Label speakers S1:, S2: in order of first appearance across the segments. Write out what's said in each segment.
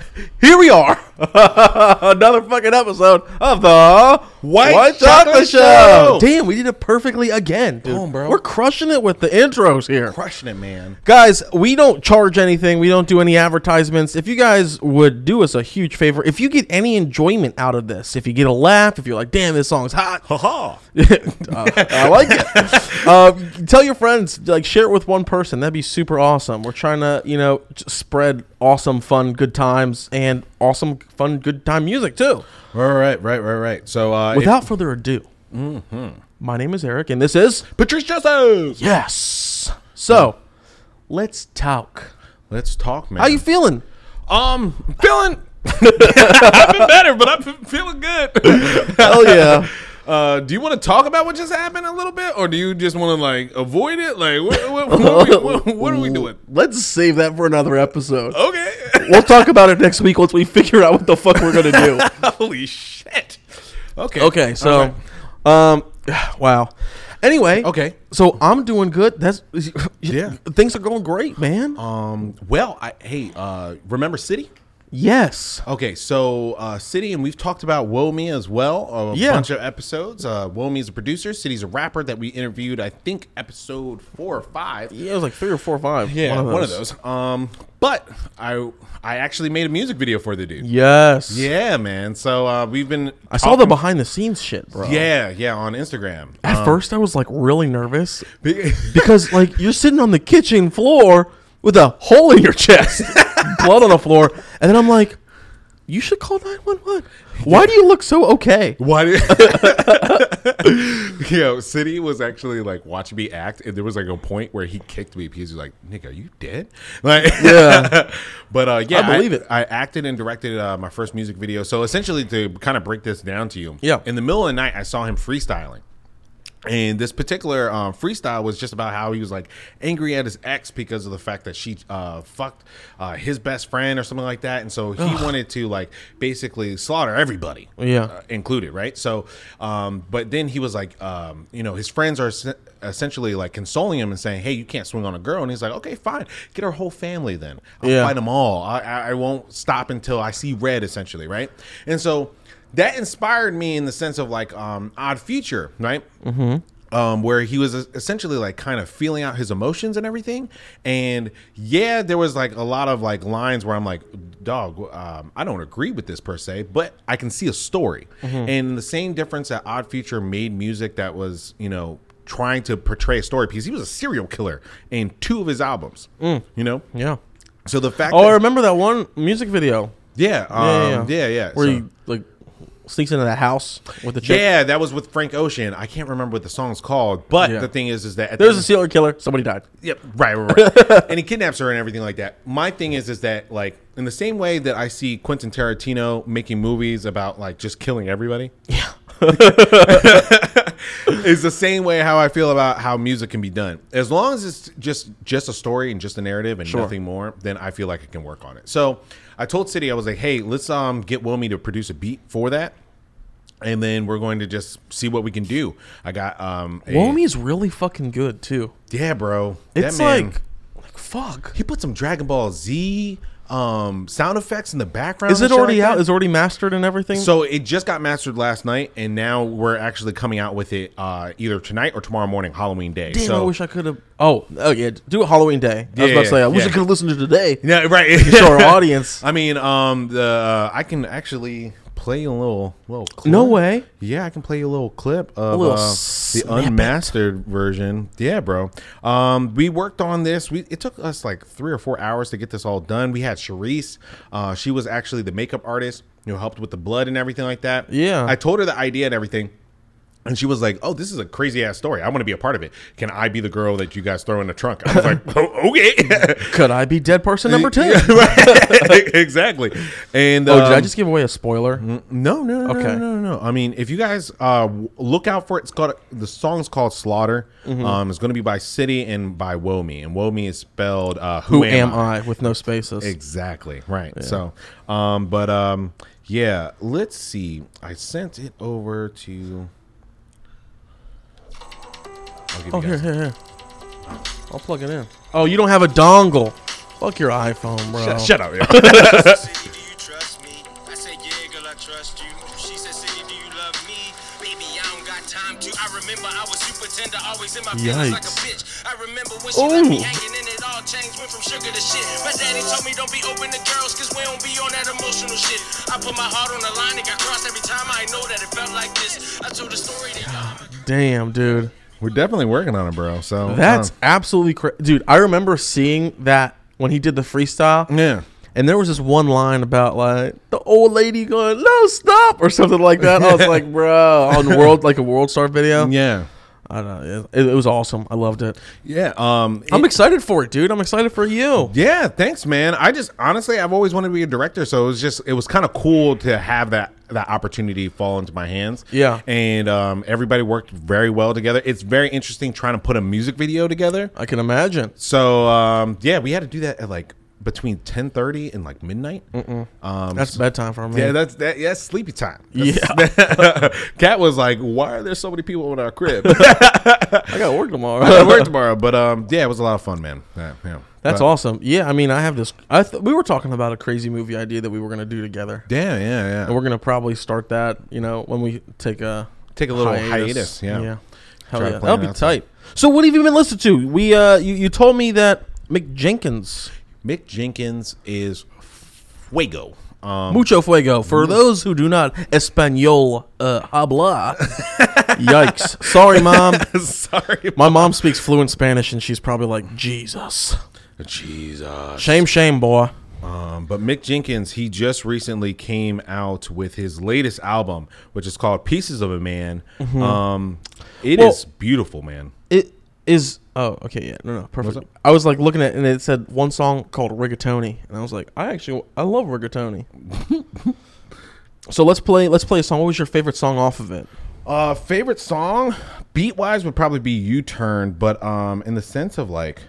S1: Here we are, another fucking episode of the
S2: White Chocolate Show.
S1: Damn, we did it perfectly again, dude.
S2: on, bro.
S1: We're crushing it with the intros here,
S2: Crushing it, man.
S1: guys. We don't charge anything. We don't do any advertisements. If you guys would do us a huge favor, if you get any enjoyment out of this, if you get a laugh, if you're like, "Damn, this song's hot,"
S2: Haha.
S1: Uh, I like it. Um, tell your friends, like share it with one person. That'd be super awesome. We're trying to, you know, j- spread awesome, fun, good times, and awesome, fun, good time music too.
S2: All right, right, right, right. So, uh, if-
S1: Without further ado,
S2: Mm-hmm.
S1: my name is Eric, and this is
S2: Patrice Justice.
S1: yes. So, let's talk.
S2: Let's talk, man.
S1: How you feeling?
S2: um feeling? I've been better, but I've been feeling good.
S1: Hell yeah.
S2: Uh, do you want to talk about what just happened a little bit, or do you just want to like avoid it? Like, what, what, what, are, we, what, what are we doing? Oh.
S1: Let's save that for another episode.
S2: Okay.
S1: We'll talk about it next week once we figure out what the fuck we're gonna do.
S2: Holy shit. Okay.
S1: Okay, so, um, wow. Anyway,
S2: Okay.
S1: So I'm doing good. That's
S2: Yeah.
S1: Things are going great, man.
S2: Um. Well, I hey, uh, remember City?
S1: yes.
S2: Okay, so uh, City, and we've talked about Womi as well, a
S1: Yeah.
S2: bunch of episodes. Uh, Womi is a producer. City's a rapper that we interviewed, I think, episode four or five.
S1: Yeah, it was like three or four or five.
S2: Yeah, one of those. Um, but I, I actually made a music video for the dude.
S1: Yes.
S2: Yeah, man. So uh, we've been.
S1: I saw the behind the scenes shit, bro.
S2: Yeah, yeah, on Instagram.
S1: At first, I was like really nervous
S2: Be-
S1: because like you're sitting on the kitchen floor with a hole in your chest, blood on the floor, and then I'm like, you should call nine one one. Why do you look so okay?
S2: Why did Yo, City was actually like watching me act, and there was like a point where he kicked me because he was like, "Nigga, are you dead?" Like,
S1: Yeah.
S2: but uh, yeah,
S1: I believe it.
S2: I acted and directed uh, my first music video. So essentially, to kind of break this down to you,
S1: Yeah.
S2: in the middle of the night, I saw him freestyling. And this particular um, freestyle was just about how he was like angry at his ex because of the fact that she uh, fucked uh, his best friend or something like that, and so he wanted to like basically slaughter everybody,
S1: Yeah.
S2: uh, included, right? So, um, but then he was like, um, you know, his friends are es- essentially like consoling him and saying, "Hey, you can't swing on a girl," and he's like, "Okay, fine, get her whole family then. I'll
S1: Yeah.
S2: fight them all. I, I, I won't stop until I see red, essentially, right?" And so that inspired me in the sense of like um, Odd Future, right? Mm-hmm um, where he was essentially like kind of feeling out his emotions and everything. And yeah, there was like a lot of like lines where I'm like, dog, um, I don't agree with this per se, but I can see a story.
S1: Mm-hmm.
S2: And the same difference that Odd Future made music that was, you know, trying to portray a story because he was a serial killer in two of his albums, you know?
S1: Yeah.
S2: So the fact
S1: Mm. Oh, I
S2: that,
S1: remember that one music video.
S2: yeah, um, yeah, yeah.
S1: Where
S2: so-
S1: he like sneaks into the house with the chick.
S2: yeah, that was with Frank Ocean. I can't remember what the song's called, but
S1: Yeah.
S2: the thing is, is that at the
S1: There's a serial killer. Somebody died.
S2: Yep. Right, right, right. and he kidnaps her and everything like that. My thing is, is that like in the same way that I see Quentin Tarantino making movies about like just killing everybody. Yeah. is the same way how I feel about how music can be done. As long as it's just just a story and just a narrative and
S1: Sure.
S2: nothing more, then I feel like I can work on it. So I told City I was like, hey, let's um get Wilmy to produce a beat for that. And then we're going to just see what we can do. I got um a-
S1: Womi's really fucking good too.
S2: Yeah, bro. That
S1: It's
S2: man-
S1: like, like fuck.
S2: he put some Dragon Ball Z um, sound effects in the background.
S1: Is
S2: and
S1: it
S2: shit
S1: already
S2: like
S1: out?
S2: that.
S1: Is it already mastered and everything?
S2: so it just got mastered last night, and now we're actually coming out with it uh, either tonight or tomorrow morning, Halloween day.
S1: damn,
S2: so
S1: I wish I could have. Oh, oh yeah, do it Halloween Day. I was
S2: Yeah,
S1: about to say I
S2: yeah,
S1: wish I
S2: yeah.
S1: could have listened to today.
S2: yeah, right.
S1: To our audience.
S2: I mean, um, the I can actually play a little little. Clip.
S1: No way.
S2: Yeah, I can play you a little clip of
S1: little
S2: uh, the
S1: snippet.
S2: unmastered version. Yeah, bro. Um, we worked on this. We it took us like three or four hours to get this all done. We had Charisse. Uh, she was actually the makeup artist who helped with the blood and everything like that.
S1: Yeah.
S2: I told her the idea and everything. And she was like, "Oh, this is a crazy ass story. I want to be a part of it. Can I be the girl that you guys throw in the trunk?" I was like, oh, "Okay,
S1: Could I be dead person number two?
S2: Right. exactly." And
S1: Oh, did I
S2: um, mm-hmm.
S1: just give away a spoiler?
S2: no, no, no,
S1: Okay.
S2: no, no, no, no. I mean, if you guys uh, w- look out for it, it's called the song's called "Slaughter."
S1: Mm-hmm.
S2: Um, it's going to be by City and by Womi, and Womi is spelled uh,
S1: Who am I? with no spaces?
S2: Exactly right. So, um, but um, yeah, let's see. I sent it over to. I'll give
S1: oh,
S2: you
S1: here,
S2: guys-
S1: here, here. I'll plug it in. Oh, you don't have a dongle. Fuck your iPhone, bro.
S2: Shut up. yeah.
S3: City, do you trust you. She said, City, do you love me? Baby, I don't got time to. I remember I was super tender, always in my feelings like a
S1: Yikes.
S3: bitch. I remember when she left me
S1: Ooh.
S3: hanging and it all changed, went from sugar to shit. My daddy told me don't be open to girls, cause we don't be on that emotional shit. I put my heart on the line, it got crossed every time. I know that it felt like this. I told the story to y'all.
S1: Damn, dude.
S2: We're definitely working on it, bro. So
S1: That's
S2: uh,
S1: absolutely crazy. Dude, I remember seeing that when he did the freestyle.
S2: uh, yeah.
S1: And there was this one line about like the old lady going, "No, stop" or something like that. I was like, "Bro, on world like a world star video."
S2: Yeah.
S1: I don't know. It, it was awesome. I loved it.
S2: Yeah. Um
S1: I'm
S2: it-
S1: excited for it, dude. I'm excited for you.
S2: Yeah, thanks, man. I just honestly I've always wanted to be a director, so it was just it was kind of cool to have that that opportunity fall into my hands.
S1: Yeah.
S2: And um everybody worked very well together. It's very interesting trying to put a music video together.
S1: I can imagine.
S2: So um yeah, we had to do that at like between 10:30 and like midnight. Um
S1: That's bedtime for me.
S2: yeah, that's that. Yeah, that's sleepy time. That's-
S1: yeah.
S2: Cat was like, "Why are there so many people in our crib?"
S1: I got work tomorrow.
S2: I work tomorrow, but um, yeah, it was a lot of fun, man. Yeah, yeah.
S1: That's
S2: But-
S1: awesome. Yeah, I mean, I have this. I th- we were talking about a crazy movie idea that we were gonna do together,
S2: Yeah, yeah, yeah.
S1: and we're gonna probably start that. You know, when we take a
S2: Take a little hiatus, yeah.
S1: Hell
S2: Try to
S1: yeah,
S2: plan
S1: that'll be
S2: it out.
S1: tight. So, what have you been listening to? We, uh, you, you told me that Mick Jenkins,
S2: Mick Jenkins is fuego. Um,
S1: Mucho Fuego. For those who do not Espanol uh, habla, yikes. Sorry, mom.
S2: sorry,
S1: My mom speaks fluent Spanish, and she's probably like Jesus.
S2: Jesus.
S1: Shame, shame, boy.
S2: Um, but Mick Jenkins, he just recently came out with his latest album, which is called "Pieces of a Man." Um, it is
S1: Well-
S2: beautiful, man.
S1: It is. Oh, okay, yeah, no, no, perfect.
S2: up?
S1: I was like looking at, it and it said one song called Rigatoni, and I was like, I actually, I love Rigatoni. so let's play. Let's play a song. What was your favorite song off of it?
S2: Uh, favorite song, beat wise, would probably be "U Turn," but um, in the sense of like,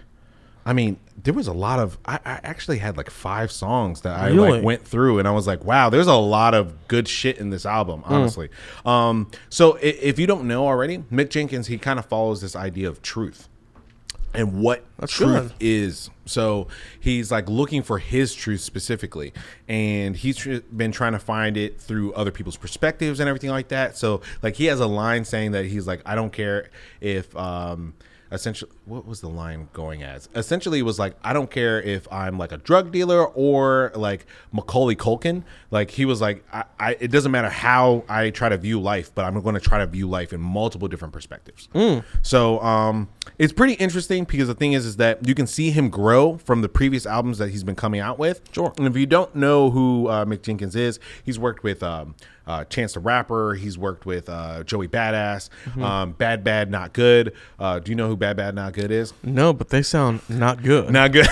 S2: I mean, there was a lot of. I, I actually had like five songs that I
S1: Really?
S2: like went through, and I was like, wow, there's a lot of good shit in this album, honestly. Um, so i- if you don't know already, Mick Jenkins, he kind of follows this idea of truth and what truth
S1: good.
S2: is. So he's like looking for his truth specifically, and he's tr- been trying to find it through other people's perspectives and everything like that. So like he has a line saying that he's like, I don't care if um essentially what was the line going as essentially it was like i don't care if i'm like a drug dealer or like macaulay culkin like he was like i, I it doesn't matter how i try to view life but i'm going to try to view life in multiple different perspectives so um it's pretty interesting because the thing is is that you can see him grow from the previous albums that he's been coming out with
S1: Sure.
S2: and if you don't know who uh, mick jenkins is he's worked with um uh, Chance the Rapper. He's worked with uh, Joey Badass, um, Bad Bad Not Good. Uh, do you know who Bad Bad Not Good is?
S1: No, but they sound not good.
S2: Not good.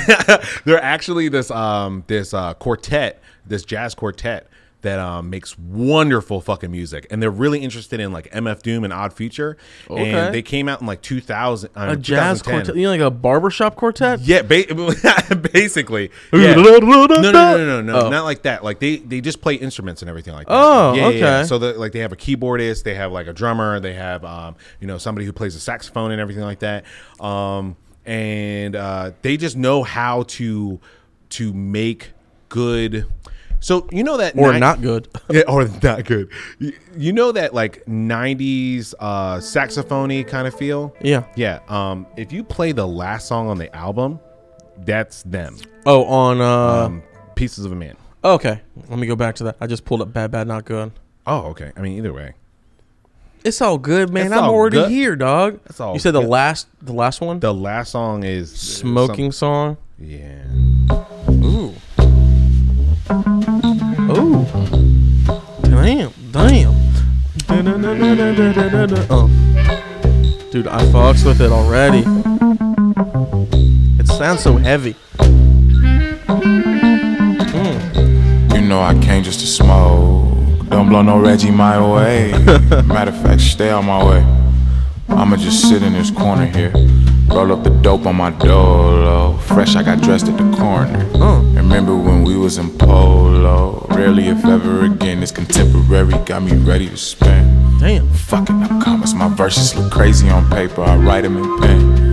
S2: They're actually this um, this uh, quartet, this jazz quartet that um, makes wonderful fucking music, and they're really interested in like MF Doom and Odd Future.
S1: Okay.
S2: And they came out in like 2000. Uh,
S1: a jazz quartet, you know, like a barbershop quartet.
S2: Yeah, ba- basically. Yeah.
S1: No,
S2: No, no, no, no, no,
S1: Oh.
S2: not like that. Like they they just play instruments and everything like that.
S1: Oh, okay.
S2: So the, like they have a keyboardist, they have like a drummer, they have um, you know somebody who plays a saxophone and everything like that. Um, and uh, they just know how to to make good. So you know that
S1: Or
S2: ni-
S1: not good.
S2: yeah, or not good. You, you know that like '90s uh, saxophony kind of feel.
S1: Yeah.
S2: yeah. Um, if you play the last song on the album, that's them.
S1: Oh, on. Uh, oh,
S2: Um, Pieces of a Man.
S1: okay, let me go back to that. I just pulled up "Bad Bad Not Good."
S2: Oh, okay. I mean, either way.
S1: It's all good, man.
S2: It's
S1: I'm
S2: all
S1: already
S2: good.
S1: here, dog.
S2: It's all
S1: You said the
S2: good.
S1: last, the last one,
S2: The last song is
S1: smoking song.
S2: some- yeah.
S1: Ooh. Ooh. Damn. Damn. Da-da-da-da-da-da-da-da. Oh. Dude, I fucks with it already. It sounds so heavy.
S4: You know I came just to smoke. Don't blow no Reggie my way. Matter of fact, stay on my way. I'ma just sit in this corner here. Roll up the dope on my dolo. Fresh, I got dressed at the corner.
S1: Mm. Uh,
S4: Remember when we was in polo? Rarely, if ever again, this contemporary got me ready to spin.
S1: Damn.
S4: Fucking up commas, my verses look crazy on paper. I write them in pen.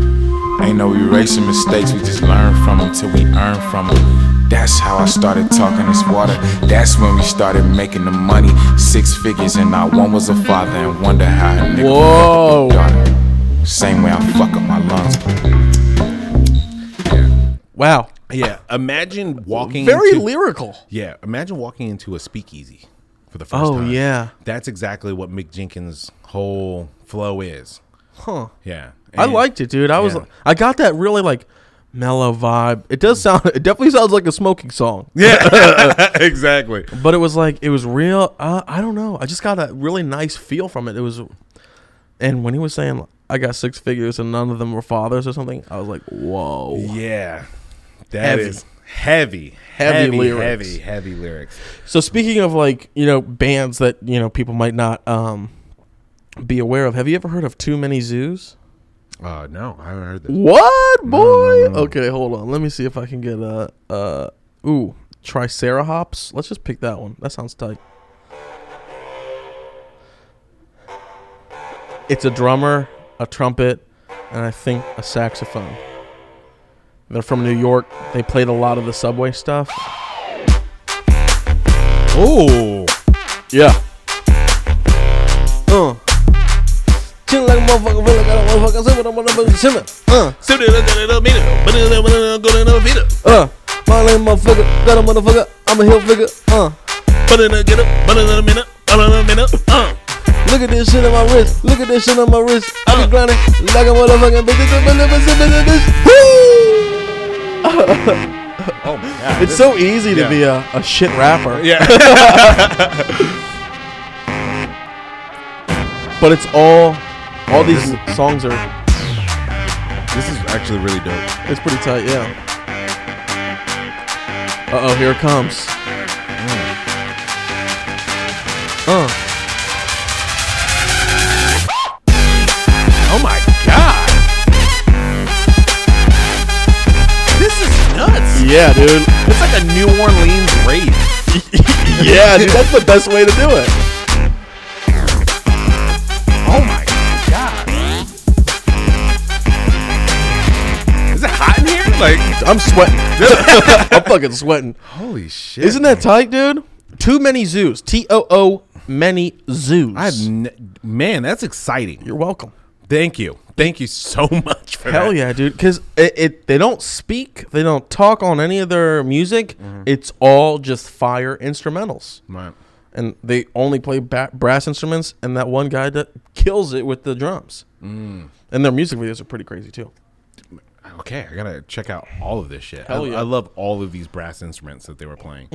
S4: Ain't no erasing mistakes, we just learn from them till we earn from them. That's how I started talking this water. That's when we started making the money. Six figures, and not one was a father. And wonder how a nigga fuck
S1: Whoa.
S4: up a daughter. Same way I fuck up my lungs.
S1: Wow.
S2: Yeah, imagine walking
S1: Very
S2: into-
S1: lyrical.
S2: Yeah, imagine walking into a speakeasy for the first
S1: Oh,
S2: time.
S1: yeah.
S2: that's exactly what Mick Jenkins' whole flow is.
S1: Huh.
S2: Yeah,
S1: I liked it, dude. I was
S2: Yeah.
S1: I got that really like mellow vibe. It does sound it definitely sounds like a smoking song.
S2: Yeah, exactly.
S1: But it was like it was real uh, I don't know. I just got a really nice feel from it. It was and when he was saying I got six figures and none of them were fathers or something, I was like, "Whoa."
S2: Yeah, that
S1: Heavy.
S2: is heavy,
S1: Heavy
S2: heavy,
S1: lyrics.
S2: heavy, heavy lyrics.
S1: So speaking of like, you know, bands that, you know, people might not um be aware of. Have you ever heard of Too Many Zoos?
S2: Uh, no, I haven't heard that.
S1: What boy? Okay, hold on. Let me see if I can get a uh, uh ooh Tricerahops. Let's just pick that one. That sounds tight. It's a drummer, a trumpet, and I think a saxophone. They're from New York. They played a lot of the subway stuff.
S2: Oh,
S1: Yeah. Uh. Chillin' like a motherfucker, really got a motherfucker, sippin' on my motherfucker, sippin'. Uh. Uh, my little motherfucker, got a motherfucker, I'm a hill figure. Uh, look at this shit on my wrist, look at this shit on my wrist. I be grinding like a motherfucking bitch, bitch, bitch, bitch, bitch, bitch, bitch. Woo!
S2: oh my god,
S1: It's so easy to
S2: Yeah.
S1: be a, a shit rapper,
S2: yeah,
S1: but it's all, all these songs are,
S2: this is actually really dope.
S1: it's pretty tight, yeah. Uh oh, here it comes. Uh,
S2: Oh my god, this is nuts.
S1: yeah, dude.
S2: It's like a New Orleans rave.
S1: Yeah, dude, that's the best way to do it.
S2: Oh my god, is it hot in here? Like,
S1: I'm sweating. I'm fucking sweating.
S2: holy shit!
S1: Isn't that tight, dude? Too many zoos. T O O many zoos.
S2: I've n- man, that's exciting.
S1: You're welcome.
S2: Thank you, thank you so much for
S1: Hell
S2: that.
S1: yeah, dude. Because it, it they don't speak, they don't talk on any of their music. It's all just fire instrumentals,
S2: Right.
S1: and they only play ba- brass instruments. And that one guy that kills it with the drums. And their music videos are pretty crazy too.
S2: Okay, I gotta check out all of this shit.
S1: Hell
S2: I,
S1: yeah. Mm.
S2: I love all of these brass instruments that they were playing.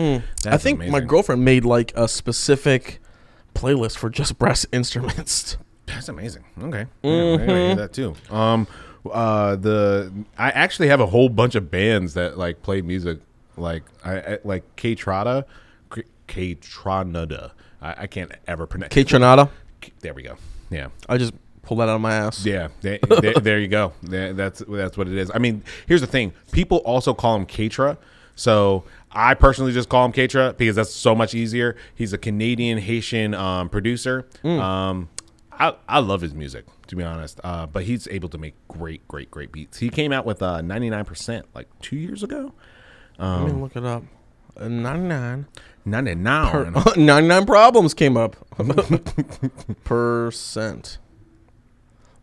S1: I think my girlfriend made like a specific playlist for just brass instruments.
S2: That's amazing. Okay, yeah, I gotta hear that too. Um, uh, the I actually have a whole bunch of bands that like play music, like I, I like K Trada, K Tronada. I, I can't ever pronounce.
S1: Kate Tronada.
S2: there we go. Yeah.
S1: I just pulled that out of my ass.
S2: Yeah, they, they, there you go. There- That's that's what it is. I mean, here's the thing: people also call him Katra. So I personally just call him Katra because that's so much easier. He's a Canadian Haitian um, producer. Um, I I love his music to be honest, uh, but he's able to make great, great, great beats. He came out with uh, 99% like two years ago. Oh.
S1: Let me look it up. Uh, 99.
S2: 99.
S1: 99 problems came up. Percent.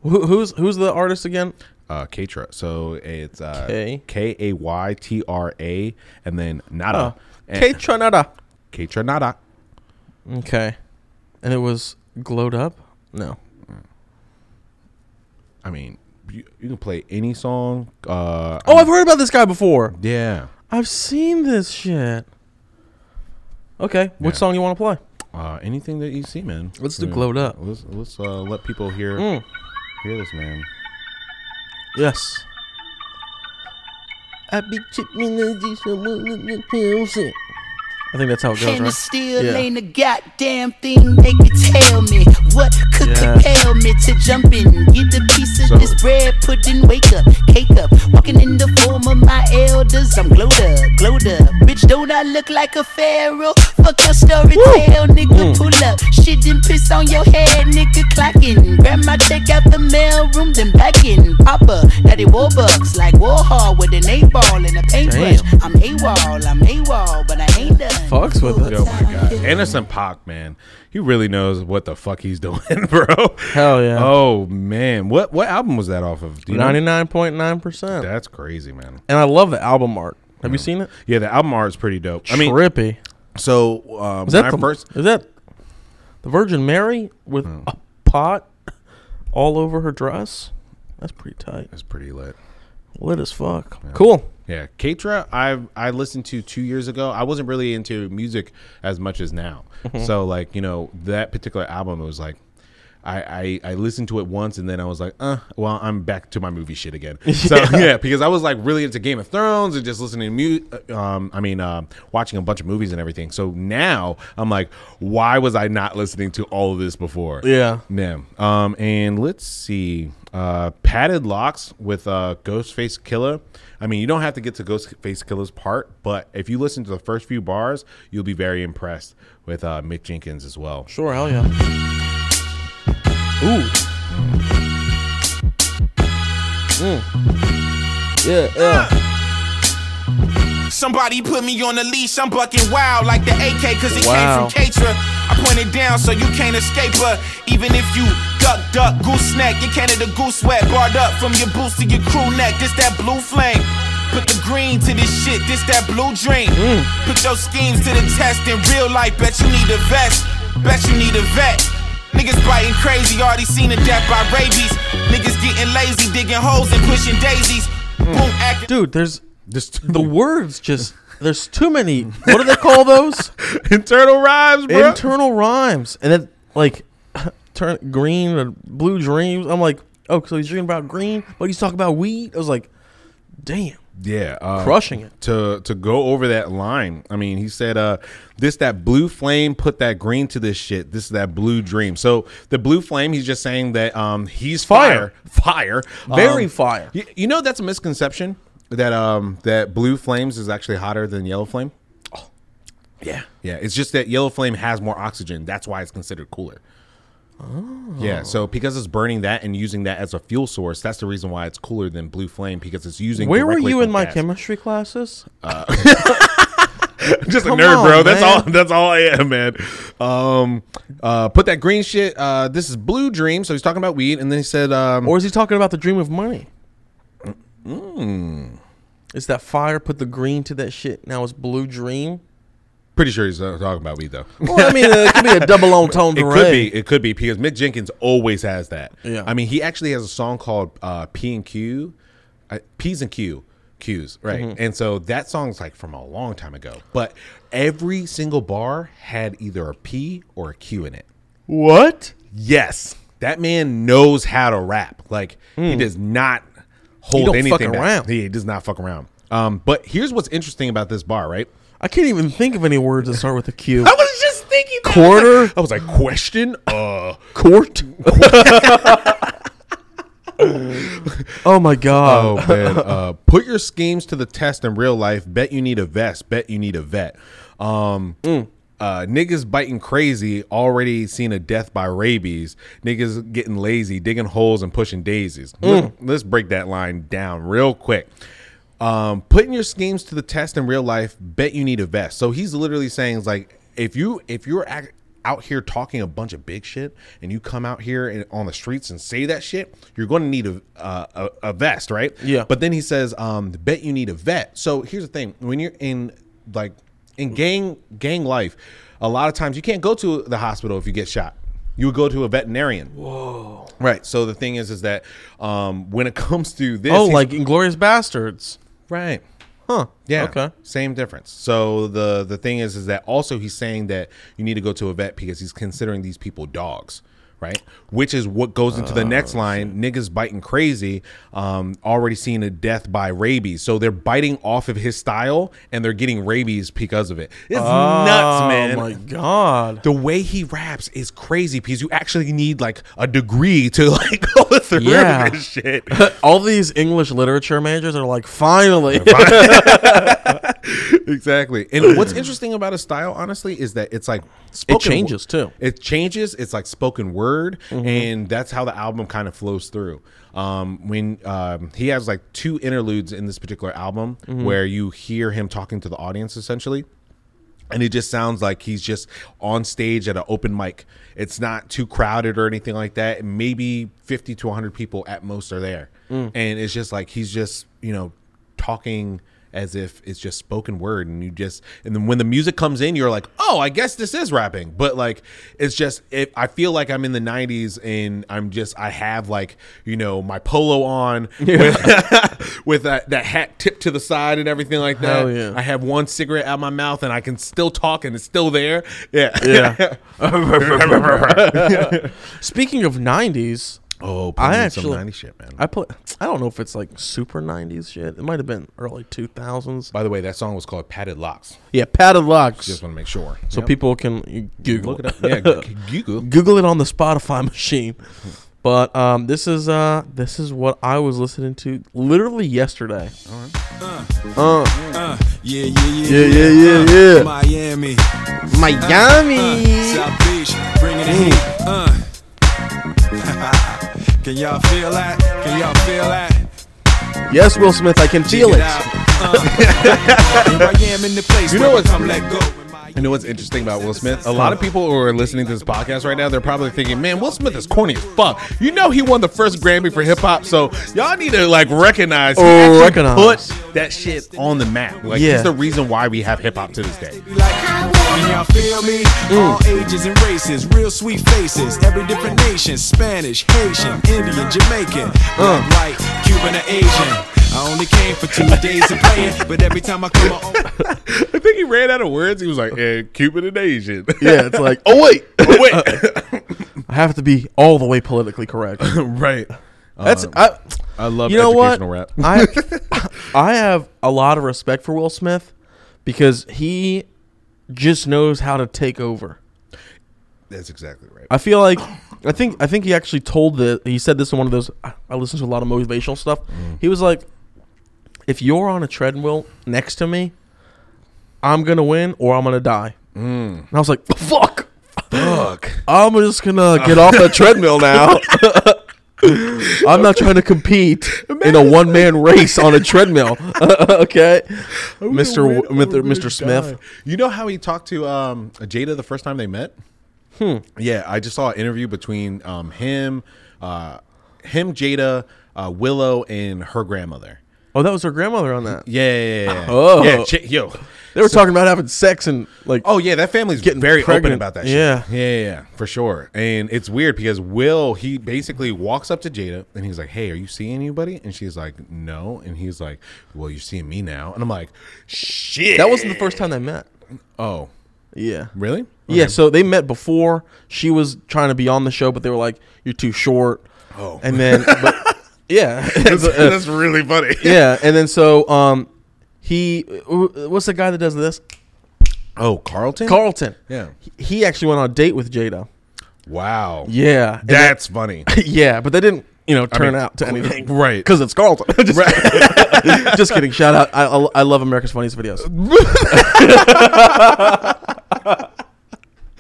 S1: Who, who's who's the artist again?
S2: uh Katra. So it's uh
S1: K.
S2: K A Y T R A and then
S1: Uh,
S2: Nada.
S1: Kate
S2: And-
S1: Tronada.
S2: Katra Nada.
S1: Okay. And it was Glowed Up? No.
S2: I mean, you, you can play any song. Uh,
S1: Oh, I've heard about this guy before.
S2: yeah.
S1: I've seen this shit. Okay, which
S2: Yeah.
S1: song you want to play?
S2: Uh, anything that you see, man.
S1: Let's do
S2: Yeah.
S1: Glowed Up.
S2: Let's let's uh, let people hear
S1: Mm.
S2: hear this, man.
S1: Yes. I be chipping the juice, I'm gonna get you. I think that's how it goes,
S5: And it
S1: right?
S5: still
S1: Yeah.
S5: ain't a goddamn thing they could tell me. What could
S1: Yeah.
S5: compel me to jump in? Get the piece of
S2: So-
S5: this bread pudding, wake up, cake up. Walking in the form of my elders, I'm glowed up,
S1: Mm.
S5: glowed up. Bitch, don't I look like a pharaoh? Fuck your story, tell nigga, pull up, shit, then piss on your head, nigga clocking. Grab my check out the mail room, then back in. Papa, that it Warbucks, like Warhol with an eight ball and a paintbrush.
S1: Damn.
S5: I'm AWOL, I'm AWOL, but I ain't done.
S1: Fucks with it.
S2: Oh my god, Anderson Pock, man, he really knows what the fuck he's doing, bro.
S1: Hell yeah.
S2: Oh man, what what album was that off of? Do you know?
S1: Ninety nine point nine percent.
S2: That's crazy, man.
S1: And I love the album art. Have you seen it?
S2: Yeah, the album art is pretty dope. I mean,
S1: trippy.
S2: so um,
S1: Is
S2: when
S1: that
S2: I
S1: the
S2: first
S1: Is that the Virgin Mary with a pot all over her dress? That's pretty tight.
S2: It's pretty lit.
S1: Lit as fuck. Cool.
S2: Yeah, Katra, I I listened to two years ago. I wasn't really into music as much as now. So like you know that particular album was like. I, I, I listened to it once and then I was like, uh, well, I'm back to my movie shit again. So yeah, because I was like really into Game of Thrones and just listening to music. Um, I mean, um watching a bunch of movies and everything. So now I'm like, why was I not listening to all of this before?
S1: Yeah.
S2: Yeah. Um, and let's see. Uh, padded locks with uh, Ghostface Killer. I mean, you don't have to get to Ghostface Killer's part, but if you listen to the first few bars, you'll be very impressed with uh, Mick Jenkins as well.
S1: Sure, hell yeah. Ooh. Mm. Yeah, yeah.
S3: Somebody put me on the leash, I'm bucking wild like the AK, cause it
S1: Wow.
S3: came from Catra. I pointed down so you can't escape her. Even if you duck, duck, gooseneck, you can't the goose wet. Barred up from your boots to your crew neck, this that blue flame. Put the green to this shit, this that blue dream.
S1: Mm.
S3: Put your schemes to the test in real life, bet you need a vest, bet you need a vet. Niggas biting crazy, already seen a death by rabies. Niggas getting lazy, digging holes and pushing daisies. Boom, acting.
S1: Mm. Dude, there's
S2: This
S1: the words just there's too many. What do they call those?
S2: internal rhymes, bro.
S1: Internal rhymes. And then like turn green or blue dreams. I'm like, "Oh, so he's dreaming about green, but he's talking about weed." I was like, "Damn."
S2: yeah, uh,
S1: Crushing it.
S2: to to go over that line. I mean, he said, uh, "This that blue flame put that green to this shit. This is that blue dream." So the blue flame, he's just saying that um, he's fire,
S1: Fire.
S2: fire,
S1: Very
S2: Um,
S1: fire.
S2: y- You, know, that's a misconception that um that blue flames is actually hotter than yellow flame.
S1: Yeah.
S2: Yeah, it's just that yellow flame has more oxygen. That's why it's considered cooler.
S1: Oh.
S2: Yeah, so because it's burning that and using that as a fuel source, that's the reason why it's cooler than blue flame because it's using.
S1: Where were
S2: directly
S1: you
S2: from
S1: in my
S2: gas.
S1: chemistry classes?
S2: just a
S1: Come
S2: nerd,
S1: on,
S2: bro. That's
S1: man.
S2: all. That's all I am, man. Um, uh, put that green shit. Uh, this is blue dream. So he's talking about weed, and then he said, um,
S1: Or is he talking about the dream of money? Mm. Is that fire put the green to that shit? Now it's blue dream.
S2: pretty sure he's uh, talking about weed though.
S1: Well, I mean, uh, it could be a double on tone.
S2: It could be. It could be because Mick Jenkins always has that.
S1: Yeah.
S2: I mean, he actually has a song called uh, P and Q, uh, P's and Q, Q's, right?
S1: Mm-hmm.
S2: And so that song's like from a long time ago, but every single bar had either a P or a Q in it.
S1: What?
S2: Yes, that man knows how to rap. Like Hmm. he does not hold
S1: don't
S2: anything
S1: fuck
S2: back.
S1: around.
S2: He does not fuck around. Um, but here's what's interesting about this bar, right?
S1: I can't even think of any words that start with a Q.
S2: I was just thinking that.
S1: Quarter?
S2: I was like, question. Uh,
S1: Court. oh my god.
S2: oh man. Uh, put your schemes to the test in real life. Bet you need a vest. Bet you need a vet. Um, uh, niggas biting crazy. Already seen a death by rabies. Niggas getting lazy, digging holes and pushing daisies. Let- Let's break that line down real quick. Um, putting your schemes to the test in real life. Bet you need a vest. So he's literally saying it's like if you if you're ac- out here talking a bunch of big shit and you come out here and on the streets and say that shit, you're going to need a, uh, a a vest, right?
S1: Yeah.
S2: But then he says, um, "Bet you need a vet." So here's the thing: when you're in like in gang gang life, a lot of times you can't go to the hospital if you get shot. You would go to a veterinarian. Whoa. Right. So the thing is, is that um, when it comes to this,
S1: Oh,
S2: he's-
S1: like Inglorious Bastards.
S2: right.
S1: Huh.
S2: Yeah.
S1: Okay.
S2: Same difference. So the the thing is, is that also he's saying that you need to go to a vet because he's considering these people dogs, right? Which is what goes into the next
S1: Oh,
S2: line: niggas biting crazy, um, already seen a death by rabies. So they're biting off of his style and they're getting rabies because of it. It's nuts, man. man.
S1: Oh my god.
S2: the way he raps is crazy because you actually need like a degree to like go through
S1: Yeah.
S2: this shit.
S1: All these English literature majors are like, finally.
S2: exactly. And what's interesting about his style, honestly, is that it's like spoken
S1: changes, too. Mm-hmm.
S2: It changes. It's like spoken word, and that's how the album kind of flows through. Um, when um, he has like two interludes in this particular album
S1: Mm-hmm.
S2: where you hear him talking to the audience essentially. and it just sounds like he's just on stage at an open mic. It's not too crowded or anything like that. Maybe 50 to 100 people at most are there.
S1: Mm.
S2: And it's just like he's just, you know, talking as if it's just spoken word and you just and then when the music comes in you're like, "Oh, I guess this is rapping." But like it's just if I feel like I'm in the 90s and I'm just I have like, you know, my polo on with, with that, that hat tipped to the side and everything like that.
S1: Hell yeah.
S2: I have one cigarette out my mouth and I can still talk and it's still there. Yeah.
S1: Yeah. Speaking of 90s,
S2: Oh,
S1: I
S2: playing some
S1: actually-
S2: 90 shit, man.
S1: I put I don't know if it's like super 90s shit. It might have been early 2000s.
S2: By the way, that song was called Padded Locks.
S1: Yeah, Pat of Lux.
S2: Just want to make sure.
S1: so
S2: Yep.
S1: people can Google
S2: look it up. Yeah, g- Google.
S1: Google it on the Spotify machine. But um, this is uh, this is what I was listening to literally yesterday.
S6: Uh, yeah, yeah, yeah,
S1: Yeah, yeah, yeah,
S6: uh,
S1: yeah.
S6: Miami, uh,
S1: Miami.
S6: South Beach, bringing it heat. Uh. Can y'all feel that? Can y'all feel that?
S1: Yes, Will Smith, I can feel
S6: Check
S1: it.
S6: out. Uh. Here I am in the place
S2: You
S6: you
S2: know
S6: know where
S2: what's-
S6: I come let go. in my-
S2: You know what's interesting about Will Smith? A lot of people who are listening to this podcast right now, they're probably thinking, man, Will Smith is corny as fuck. You know he won the first Grammy for hip hop, so y'all need to like recognize he
S1: Oh,
S2: actually
S1: recognize.
S2: put that shit on the map. Like
S1: Yeah.
S2: he's the reason why we have hip hop to this day.
S6: Like, can y'all feel me? All ages and races, real sweet faces, every different nation Spanish, Haitian, Indian, Jamaican, black, white, Cuban, or Asian. I only came for two days of playing, but every time I come on.
S2: I think he ran out of words. He was like, eh, Cuban and Asian.
S1: Yeah, it's like
S2: oh wait, oh wait.
S1: I have to be all the way politically correct.
S2: right.
S1: That's
S2: Um,
S1: I.
S2: I love
S1: you know what?
S2: educational rap.
S1: I I have a lot of respect for Will Smith because he just knows how to take over.
S2: That's exactly right.
S1: I feel like I think I think he actually told the he said this in one of those I I listen to a lot of motivational stuff. He was like, "If you're on a treadmill next to me, I'm gonna win or I'm gonna die." And I was like, "Fuck,
S2: Fuck.
S1: I'm just gonna get off that treadmill now." I'm not trying to compete in a one man race on a treadmill. okay, Mister
S2: Win
S1: W-
S2: over
S1: Mr.
S2: die.
S1: Mr. Smith.
S2: You know how he talked to um, Jada the first time they met? Hmm. Yeah, I just saw an interview between um, him, uh, him, Jada, uh, Willow, and her grandmother.
S1: Oh, that was her grandmother on that.
S2: Yeah, yeah, yeah, yeah.
S1: Oh.
S2: yeah, chi- yo.
S1: They were talking about having sex and like,
S2: Oh yeah, that family's
S1: Getting
S2: getting very open
S1: pregnant.
S2: about that.
S1: Yeah.
S2: shit. yeah, yeah, yeah, for sure. And it's weird because Will he basically walks up to Jada and he's like, "Hey, are you seeing anybody?" And she's like, "No." And he's like, "Well, you're seeing me now." And I'm like, "Shit."
S1: that wasn't the first time they met.
S2: Oh,
S1: Yeah.
S2: really?
S1: Yeah, so they met before she was trying to be on the show, but they were like, "You're too short."
S2: Oh.
S1: and then, but, yeah,
S2: that's, that's really funny.
S1: uh, yeah, and then so um, he wh- what's the guy that does this?
S2: Oh, Carlton.
S1: Carlton.
S2: Yeah.
S1: he actually went on a date with Jada.
S2: Wow.
S1: Yeah, and then-
S2: That's funny.
S1: yeah, but they didn't, you know, turn
S2: mean,
S1: out to anything,
S2: right.
S1: Because it's Carlton. just, just kidding. Shout out. I, I I love America's Funniest Videos. Oh,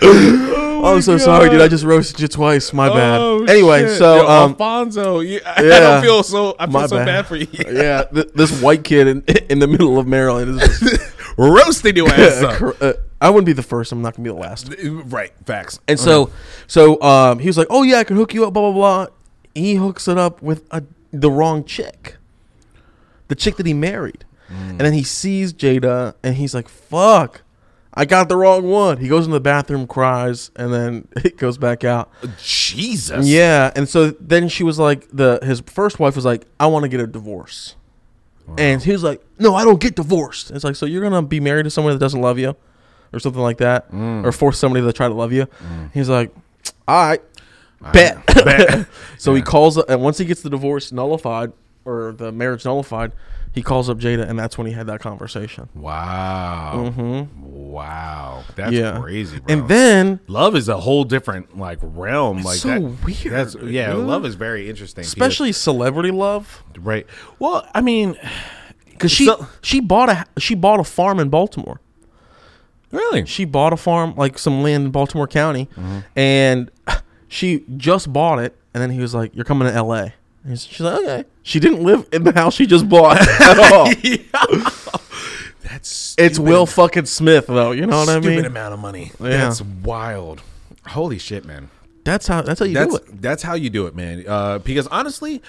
S1: I'm
S2: Oh
S1: so sorry, dude. I just roasted you twice. My bad. anyway,
S2: shit.
S1: so
S2: Yo,
S1: um,
S2: Alfonso, you, I, I
S1: yeah.
S2: don't feel so. I feel
S1: my
S2: so
S1: bad.
S2: bad. for you.
S1: yeah, th- this white kid in in the middle of Maryland is. Just,
S2: Roasting your ass
S1: uh,
S2: up.
S1: cor- uh, I wouldn't be the first. I'm not gonna be the last.
S2: Right. Facts.
S1: And so, so um, he was like, "Oh yeah, I can hook you up." Blah blah blah. He hooks it up with a, the wrong chick, the chick that he married, and then he sees Jada, and he's like, "Fuck, I got the wrong one." He goes in the bathroom, cries, and then it goes back out.
S2: Jesus.
S1: Yeah, and so then she was like, the his first wife was like, "I want to get a divorce," and he was like, "No, I don't get divorced." It's like, so you're gonna be married to someone that doesn't love you, or something like that,
S2: Mm.
S1: or force somebody to try to love you. He's like, "All right, bet."
S2: Bet.
S1: so he calls, and once he gets the divorce nullified or the marriage nullified, He calls up Jada, and that's when he had that conversation.
S2: Wow. Wow. That's
S1: Mm-hmm. yeah,
S2: crazy, bro.
S1: And then
S2: love is a whole different like realm. like
S1: so
S2: that,
S1: weird,
S2: That's, yeah,
S1: dude.
S2: love is very interesting, Peter.
S1: especially celebrity love,
S2: right. Well, I mean,
S1: because she
S2: So-
S1: she bought a she bought a farm in Baltimore.
S2: really,
S1: She bought a farm, like some land in Baltimore County,
S2: Mm-hmm.
S1: and she just bought it. And then he was like, "You're coming to L.A." And he's- she's like, "Okay." She didn't live in the house she just bought at all.
S2: that's
S1: it's
S2: stupid.
S1: Will fucking Smith, though. You know what I
S2: stupid
S1: mean?
S2: amount of money. That's wild. Holy shit, man.
S1: That's how that's how you
S2: that's
S1: do it.
S2: that's how you do it, man. Uh, because honestly,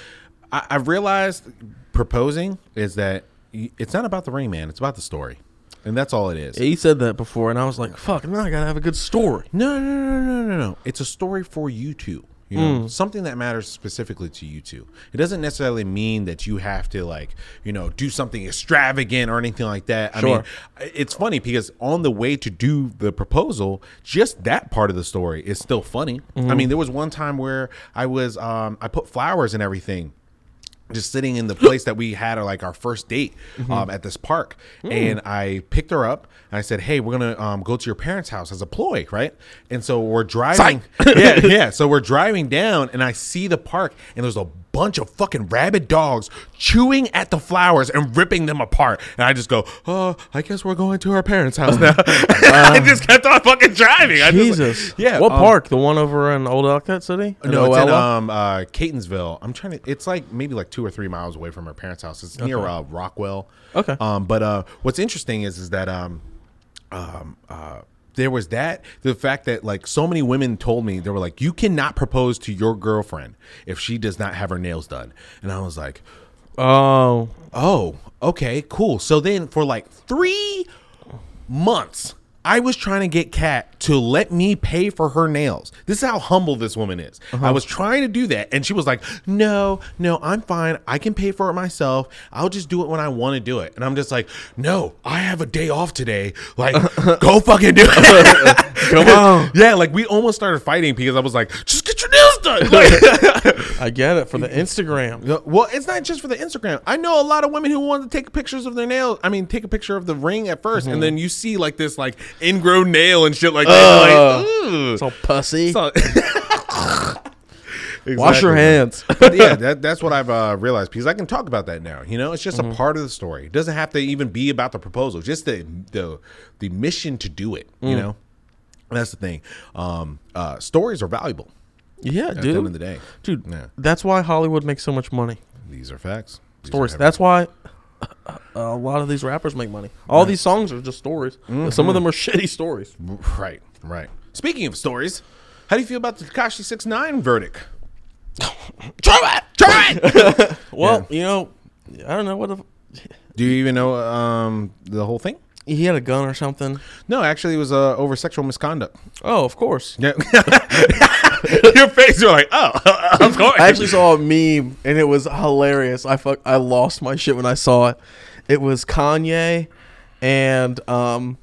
S2: I, I've realized proposing is that y- it's not about the ring, man. It's about the story, and that's all it is.
S1: He said that before, and I was like, "Fuck, now I gotta have a good story."
S2: No, no, no, no, no, no. It's a story for you two. You know, something that matters specifically to you two. It doesn't necessarily mean that you have to like, you know, do something extravagant or anything like that. I mean,
S1: Sure.
S2: it's funny because on the way to do the proposal, just that part of the story is still funny. I mean, there was one time where I was, um, I put flowers and everything just sitting in the place that we had uh, like our first date
S1: Mm-hmm.
S2: um, at this park
S1: Mm.
S2: and i picked her up and i said hey we're gonna um, go to your parents house as a ploy right and so we're driving yeah yeah so we're driving down and i see the park and there's a bunch of fucking rabid dogs chewing at the flowers and ripping them apart and i just go oh i guess we're going to our parents house now i just kept on fucking driving I just, like-
S1: Um, Jesus,
S2: yeah
S1: What
S2: um,
S1: park? The one over in Old Octet City? In
S2: no, it's in
S1: Oella?
S2: um, uh, Catonsville. I'm trying to. It's like maybe like two or three miles away from her parents' house. It's near uh, Rockwell.
S1: Okay.
S2: Um, but uh, what's interesting is is that um, um, uh, there was that the fact that like so many women told me they were like, you cannot propose to your girlfriend if she does not have her nails done, and I was like,
S1: Oh,
S2: oh, okay, cool. So then for like three months. I was trying to get Kat to let me pay for her nails. This is how humble this woman is. I was trying to do that, and she was like, "No, no, I'm fine. I can pay for it myself. I'll just do it when I want to do it." And I'm just like, "No, I have a day off today. Like, go fucking do it. Come on." yeah, like we almost started fighting because I was like, "Just get your nails done." Like,
S1: I get it for the Instagram.
S2: no, Well, it's not just for the Instagram. I know a lot of women who want to take pictures of their nails. I mean, take a picture of the ring at 1st and then you see like this like ingrown nail and shit like that. Like, ooh.
S1: It's all pussy.
S2: So-
S1: Wash your
S2: Exactly.
S1: hands.
S2: but yeah, that, that's what I've uh, realized because I can talk about that now. You know, it's just a part of the story. It doesn't have to even be about the proposal. Just the the the mission to do it. You know, that's the thing. Um, uh, stories are valuable.
S1: yeah,
S2: At
S1: dude.
S2: the end of the day,
S1: Dude,
S2: Yeah.
S1: that's why Hollywood makes so much money.
S2: these are facts. These are
S1: Stories.
S2: heavy.
S1: That's why a lot of these rappers make money. All these songs are just stories. and
S2: Mm-hmm.
S1: Some of them are shitty stories.
S2: Right, right. Speaking of stories, how do you feel about the Takashi Six Nine verdict?
S1: Try it. Try it. well, you know, I don't know what the. f-
S2: Do you even know um, the whole thing?
S1: He had a gun or something.
S2: No, actually, it was uh, over sexual misconduct.
S1: Oh, of course.
S2: Yeah. Your face, you're like, oh, of course.
S1: I actually saw a meme and it was hilarious. I fuck, I lost my shit when I saw it. It was Kanye and um,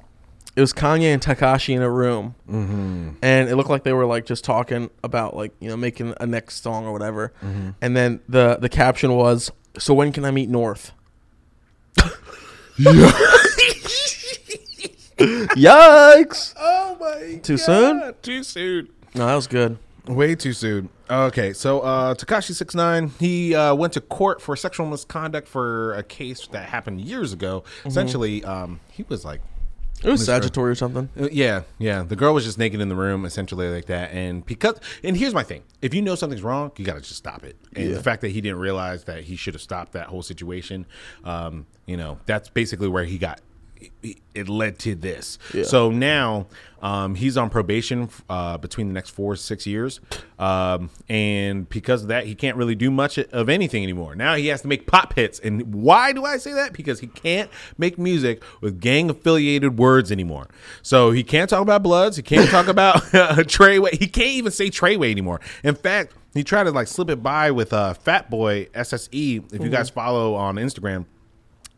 S1: it was Kanye and Takashi in a room, and it looked like they were like just talking about like you know making a next song or whatever. And then the the caption was, "So when can I meet North?" Yikes!
S2: oh my.
S1: Too soon?
S2: Too soon.
S1: No, that was good.
S2: Way too soon. Okay, so uh, Takashi Six Nine, he uh, went to court for sexual misconduct for a case that happened years ago.
S1: Mm-hmm.
S2: Essentially, um, he was like
S1: It was
S2: Mr.
S1: Sagittarius or something.
S2: Uh, Yeah, yeah. The girl was just naked in the room, essentially like that. And because, and here's my thing: if you know something's wrong, you gotta just stop it. And the fact that he didn't realize that he should have stopped that whole situation, um, you know, that's basically where he got. It it led to this. So now um, he's on probation uh, between the next four six years, um, and because of that, he can't really do much of anything anymore. Now he has to make pop hits, and why do I say that? Because he can't make music with gang affiliated words anymore. So he can't talk about Bloods. He can't talk about uh, Treyway. He can't even say Treyway anymore. In fact, he tried to like slip it by with uh, Fat Boy SSE. If you guys follow on Instagram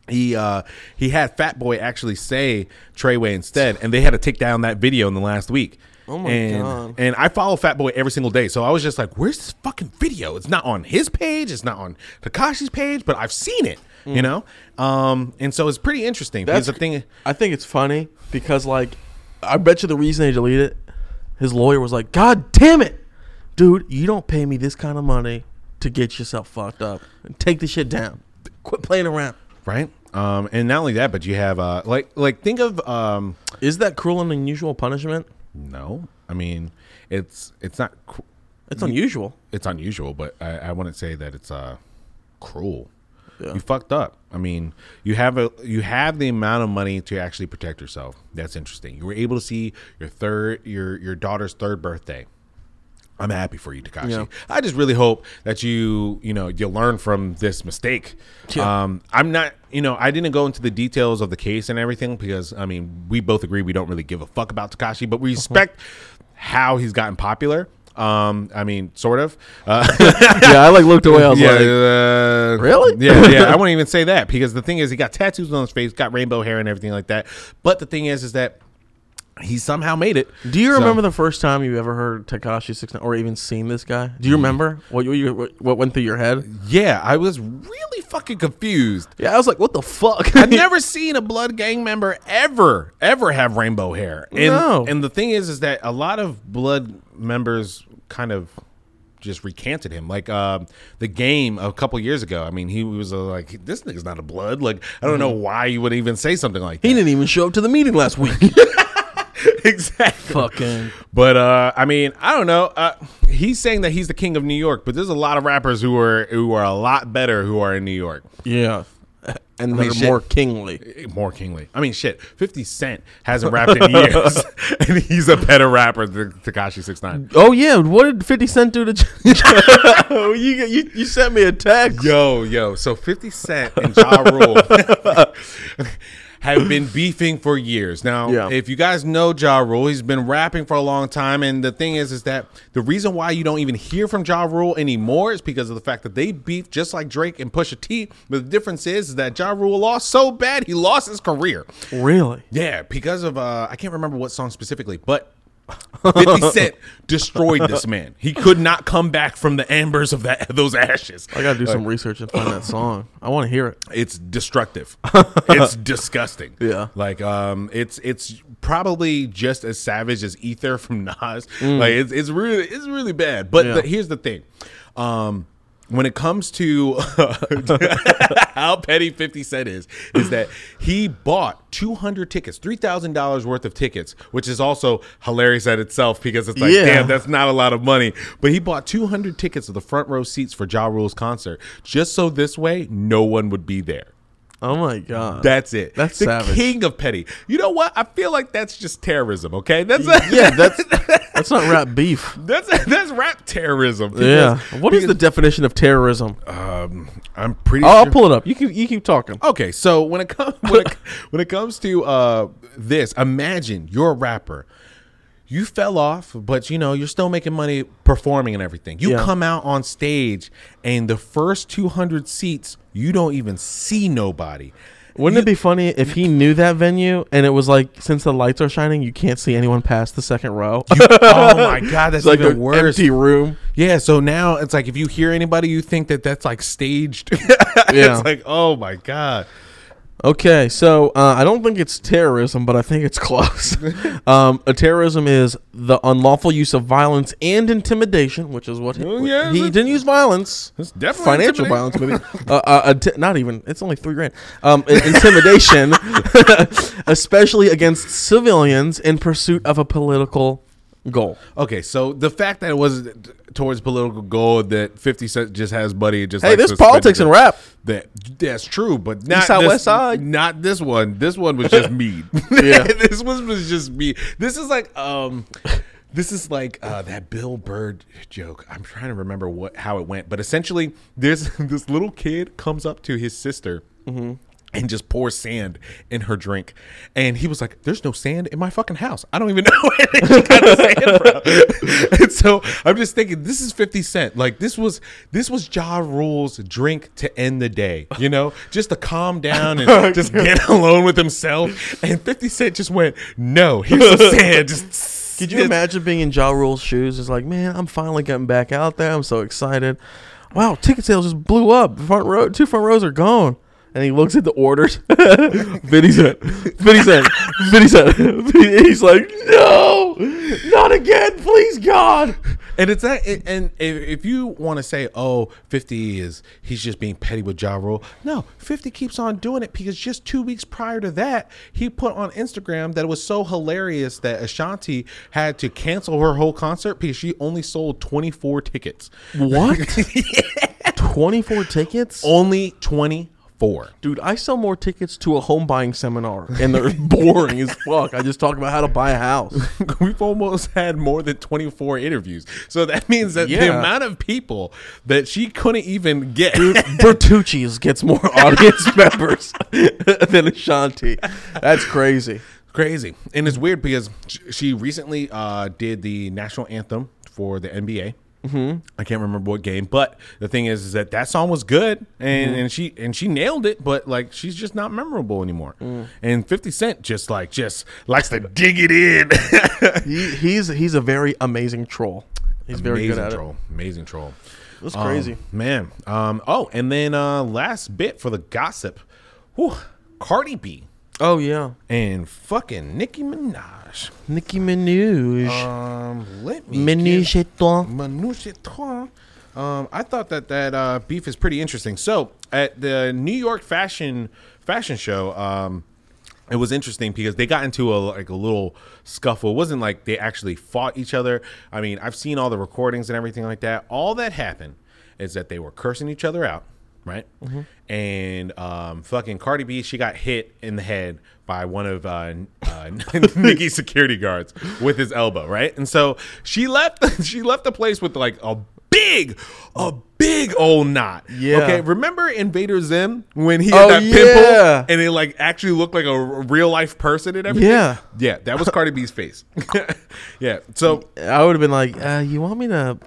S2: he uh he had Fat Boy actually say Treyway instead, and they had to take down that video in the last week. Oh
S1: my
S2: and,
S1: God.
S2: And I follow Fat Boy every single day, so I was just like, "Where's this fucking video? It's not on his page, it's not on Takashi's page, but I've seen it."
S1: Mm.
S2: you know. Um, and so it's pretty interesting because the
S1: cr-
S2: thing.
S1: I think it's funny because like I bet you the reason they deleted it, his lawyer was like, "God damn it, dude, you don't pay me this kind of money to get yourself fucked up. Take this shit down. Quit playing around."
S2: right? Um, and not only that, but you have uh, like like think of um,
S1: Is that cruel and unusual punishment?
S2: no, I mean it's it's not cr-
S1: It's
S2: Mm.
S1: unusual.
S2: it's unusual, but I, I wouldn't say that it's uh cruel.
S1: Yeah.
S2: You fucked up. I mean, you have a you have the amount of money to actually protect yourself. That's interesting. You were able to see your third your your daughter's third birthday. I'm happy for you, Takashi.
S1: Yeah.
S2: I just really hope that you, you know, you learn from this mistake.
S1: Yeah.
S2: Um, I'm not, you know, I didn't go into the details of the case and everything because, I mean, we both agree we don't really give a fuck about Takashi, but we
S1: Uh-huh.
S2: respect how he's gotten popular. Um, I mean, sort of. Uh,
S1: yeah, I like looked away. I was
S2: yeah,
S1: like,
S2: uh,
S1: Really?
S2: Yeah, yeah. I won't even say that because the thing is, he got tattoos on his face, got rainbow hair, and everything like that. But the thing is, is that he somehow made it.
S1: "Do you
S2: So-
S1: remember the first time you ever heard Takashi Six or even seen this guy? Do you
S2: Mm.
S1: remember what you what- what went through your head?"
S2: Yeah, I was really fucking confused.
S1: Yeah, I was like, "What the fuck?"
S2: I've never seen a blood gang member ever, ever have rainbow hair. And,
S1: No.
S2: and the thing is, is that a lot of blood members kind of just recanted him. Like um, the game a couple years ago. I mean, he was uh, like, "This nigga's not a blood." Like, I don't know why you would even say something like that.
S1: Mm-hmm. he didn't even show up to the meeting last week.
S2: exactly.
S1: Fucking.
S2: But uh, I mean, I don't know. Uh, he's saying that he's the king of New York, but there's a lot of rappers who are who are a lot better who are in New York.
S1: Yeah. And
S2: mean,
S1: they're
S2: shit.
S1: more kingly.
S2: more kingly. I mean, shit. Fifty Cent hasn't rapped in years, and he's a better rapper than Takashi Six Nine.
S1: Oh yeah, what did Fifty Cent do to? Oh, you, you you sent me a text.
S2: Yo, yo. So Fifty Cent and Ja Rule have been beefing for years. Now,
S1: Yeah.
S2: if you guys know Ja Rule, he's been rapping for a long time, and the thing is, is that the reason why you don't even hear from Ja Rule anymore is because of the fact that they beef just like Drake and Pusha T. But the difference is, is that Ja Rule lost so bad he lost his career.
S1: Really?
S2: Yeah, because of uh, I can't remember what song specifically, but 50 Cent destroyed this man. He could not come back from the embers of that those ashes.
S1: I gotta do some research and find that song. I want to hear it.
S2: It's destructive. it's disgusting.
S1: Yeah.
S2: like um, it's it's probably just as savage as Ether from Nas. Like it's it's really it's really bad. But
S1: Mm. Yeah.
S2: the, here's the thing. Um, when it comes to how petty 50 Cent is, is that he bought 200 tickets, $3,000 worth of tickets, which is also hilarious at itself because it's like,
S1: Yeah.
S2: damn, that's not a lot of money. But he bought 200 tickets of the front row seats for Ja Rule's concert just so this way no one would be there.
S1: Oh my god.
S2: That's it.
S1: That's
S2: the
S1: savage.
S2: king of petty. You know what? I feel like that's just terrorism. Okay, that's
S1: yeah, that's that's not rap beef.
S2: that's that's rap terrorism.
S1: Yeah.
S2: Because-
S1: What is the Oh,
S2: because,
S1: definition of terrorism?
S2: Um, I'm pretty.
S1: I'll, I'll
S2: sure- Uh,
S1: pull it up. You keep you keep talking.
S2: Okay, so when it comes when it, when it comes to uh, this, imagine you're a rapper. You fell off, but you know you're still making money performing and everything. You
S1: Yeah.
S2: come out on stage, and the first 200 seats, you don't even see nobody.
S1: Wouldn't it be funny if he knew that venue and it was like since the lights are shining, you can't see anyone past the second row?
S2: oh my god, that's
S1: it's like
S2: even
S1: an
S2: worse.
S1: empty room.
S2: Yeah, so now it's like if you hear anybody, you think that that's like staged.
S1: Yeah.
S2: it's like oh my god.
S1: Okay, so uh, I don't think it's terrorism, but I think it's close. um, a terrorism is the unlawful use of violence and intimidation, which is what he,
S2: Oh, yeah,
S1: he
S2: it's-
S1: didn't use violence.
S2: it's definitely
S1: financial violence,
S2: intimidating.
S1: maybe. uh, uh, inti- not even. It's only three grand. Um, in- intimidation, especially against civilians in pursuit of a political goal.
S2: Okay, so the fact that it was t- towards political goal that Fifty Cent just has buddy just
S1: Hey,
S2: likes
S1: there's
S2: to spin
S1: politics
S2: it.
S1: and rap.
S2: That that's true, but not
S1: Side,
S2: this,
S1: West Side.
S2: Not this one. This one was just me.
S1: Yeah.
S2: this one was just me. This is like um. This is like uh, that Bill Bird joke. I'm trying to remember what how it went, but essentially, this this little kid comes up to his sister
S1: Mm-hmm.
S2: and just pours sand in her drink, and he was like, "There's no sand in my fucking house. I don't even know where she got the sand from." and so I'm just thinking, this is 50 Cent. Like this was this was Ja Rule's drink to end the day. You know, just to calm down and just get alone with himself. And 50 Cent just went, "No, here's some sand." Just
S1: Could you imagine being in Ja Rule's shoes? It's like, man, I'm finally getting back out there. I'm so excited. Wow, ticket sales just blew up. Front row, two front rows are gone. and he looks at the orders. Fifty cent, fifty cent, fifty cent. He's like, no, not again, please God.
S2: And it's that. It, and if, if you want to say, "Oh, 50 is he's just being petty with Ja Rule," no, 50 keeps on doing it because just two weeks prior to that, he put on Instagram that it was so hilarious that Ashanti had to cancel her whole concert because she only sold 24 tickets.
S1: What? Twenty four tickets.
S2: Only 24.
S1: Dude, I sell more tickets to a home buying seminar, and they're boring as fuck. I just talk about how to buy a house.
S2: We've almost had more than 24 interviews. So that means that the
S1: Yeah.
S2: amount of people that she couldn't even get.
S1: Bertucci's gets more audience members than Ashanti. That's crazy.
S2: crazy and it's weird because sh- she recently uh, did the national anthem for the nba mm-hmm. i can't remember what game but the thing is, is that that song was good and,
S1: Mm-hmm.
S2: and she and she nailed it but like she's just not memorable anymore
S1: Mm.
S2: and 50 cent just like just likes to dig it in
S1: He, he's he's a very amazing troll. He's very good
S2: amazing
S1: at
S2: troll amazing troll
S1: it. That's
S2: Um,
S1: crazy.
S2: man um oh and then uh last bit for the gossip Whew, cardi b
S1: oh yeah,
S2: and fucking nicki minaj
S1: Nicki Minaj.
S2: um let me
S1: Minaj
S2: get-
S1: et toi.
S2: Manouche Tron. Um, I thought that that uh, beef is pretty interesting. So at the New York fashion fashion show, um, it was interesting because they got into a like a little scuffle. It wasn't like they actually fought each other. I mean, I've seen all the recordings and everything like that. All that happened is that they were cursing each other out, right?
S1: Mm-hmm.
S2: And um, fucking Cardi B, she got hit in the head by one of uh, uh, Nicki's security guards with his elbow, right? And so she left. She left the place with like a big, a big old knot.
S1: Yeah.
S2: Okay. Remember Invader Zim when he
S1: Oh,
S2: had that
S1: yeah.
S2: pimple and it like actually looked like a real life person and everything.
S1: Yeah.
S2: Yeah, that was Cardi B's face. yeah. So
S1: I would have been like, uh, you want me to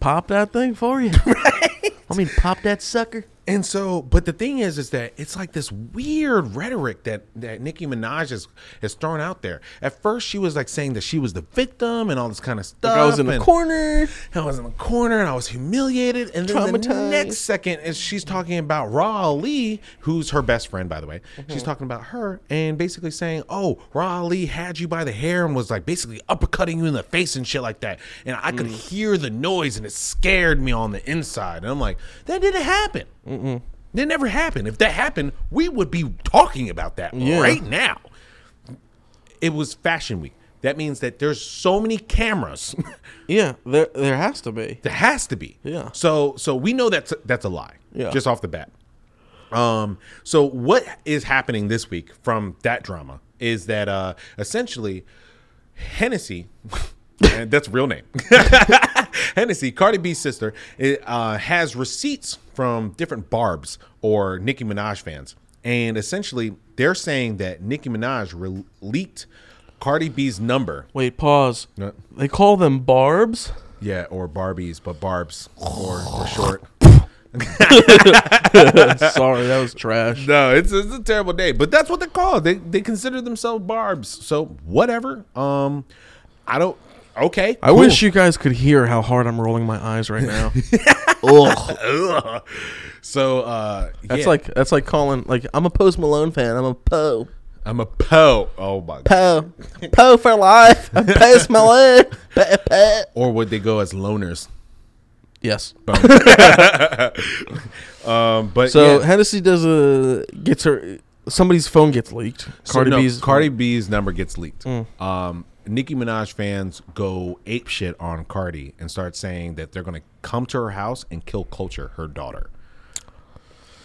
S1: pop that thing for you? I mean, pop that sucker.
S2: and so but the thing is is that it's like this weird rhetoric that that Nicki Minaj is has thrown out there. At first she was like saying that she was the victim and all this kind of stuff.
S1: I was in the
S2: and-
S1: corner.
S2: I was in the corner and I was humiliated. And then the
S1: Traumatized.
S2: next second is she's talking about Ra Ali, who's her best friend, by the way. She's
S1: Mm-hmm.
S2: talking about her and basically saying, Oh, Ra Ali had you by the hair and was like basically uppercutting you in the face and shit like that. And I could
S1: Mm.
S2: hear the noise and it scared me on the inside. And I'm like, That didn't happen. That never happened. If that happened, we would be talking about that
S1: Yeah.
S2: right now it was fashion week. That means that there's so many cameras.
S1: Yeah, there there has to be.
S2: there has to be.
S1: Yeah.
S2: So so we know that's that's a lie.
S1: Yeah.
S2: Just off the bat. Um so what is happening this week from that drama is that uh essentially Hennessy and that's real name. Hennessy, Cardi B's sister, it, uh, has receipts from different Barb's or Nicki Minaj fans. And essentially, they're saying that Nicki Minaj re- leaked Cardi B's number
S1: Wait, pause.
S2: No.
S1: They call them barbs.
S2: Yeah, or Barbies, but Barbs or for short.
S1: Sorry, that was trash.
S2: No, it's, it's a terrible day, but that's what they're called. They they consider themselves Barbs. So whatever. Um, I don't. Okay.
S1: I wish you guys could hear how hard I'm rolling my eyes right now.
S2: Ugh. So uh,
S1: That's
S2: yeah.
S1: like that's like calling like I'm a Post Malone fan. I'm a Poe.
S2: I'm a Poe. Oh my god.
S1: Poe. Poe for life. I'm Post Malone. Poe, Poe.
S2: Or would they go as loners?
S1: Yes.
S2: Um, but
S1: So
S2: yeah.
S1: Hennessy does a gets her somebody's phone gets leaked. Cardi
S2: no,
S1: B's Mm.
S2: Cardi B's number gets leaked. Um, Nicki Minaj fans go ape shit on Cardi and start saying that they're going to come to her house and kill Culture, her daughter.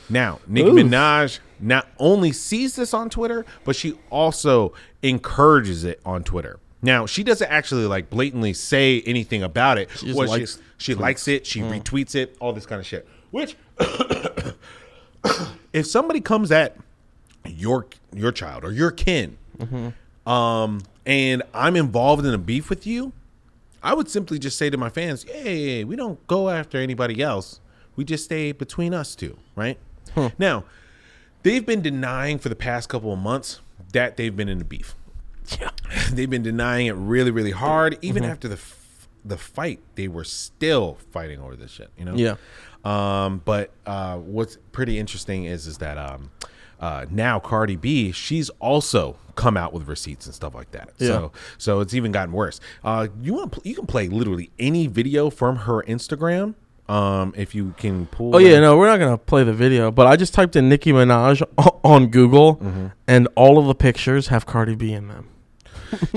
S2: Now, Nicki
S1: Oof.
S2: Minaj not only sees this on Twitter, but she also encourages it on Twitter. Now, she doesn't actually like blatantly say anything about it.
S1: just
S2: What
S1: likes- Mm.
S2: she likes it. She retweets it. All this kind of shit. Which, if somebody comes at your your child or your kin, um, and I'm involved in a beef with you, I would simply just say to my fans, "Hey, we don't go after anybody else. We just stay between us two, right?" Now, they've been denying for the past couple of months that they've been in a beef. they've been denying it really, really hard. Even after the f- the fight, they were still fighting over this shit. You know?
S1: Yeah.
S2: Um, but uh, what's pretty interesting is is that um, uh, now Cardi B, she's also come out with receipts and stuff like that. So so it's even gotten worse. Uh, you want pl- you can play literally any video from her Instagram. Um, if you can pull.
S1: Oh yeah,
S2: that-
S1: no, we're not gonna play the video, but I just typed in Nicki Minaj o- on Google, and all of the pictures have Cardi B in them.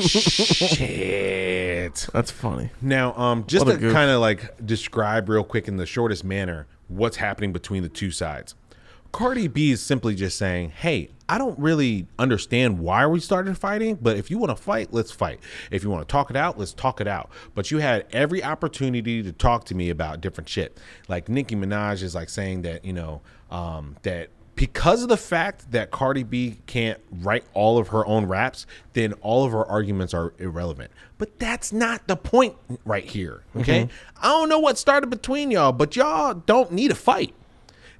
S2: Shit.
S1: That's funny.
S2: Now, um, just
S1: What a
S2: to
S1: goof.
S2: kind of like describe real quick in the shortest manner what's happening between the two sides. Cardi B is simply just saying, "Hey, I don't really understand why we started fighting, but if you want to fight, let's fight. If you want to talk it out, let's talk it out." But you had every opportunity to talk to me about different shit. Like Nicki Minaj is like saying that you know um, that because of the fact that Cardi B can't write all of her own raps, then all of her arguments are irrelevant. But that's not the point right here. Okay.
S1: Mm-hmm.
S2: I don't know what started between y'all, but y'all don't need a fight.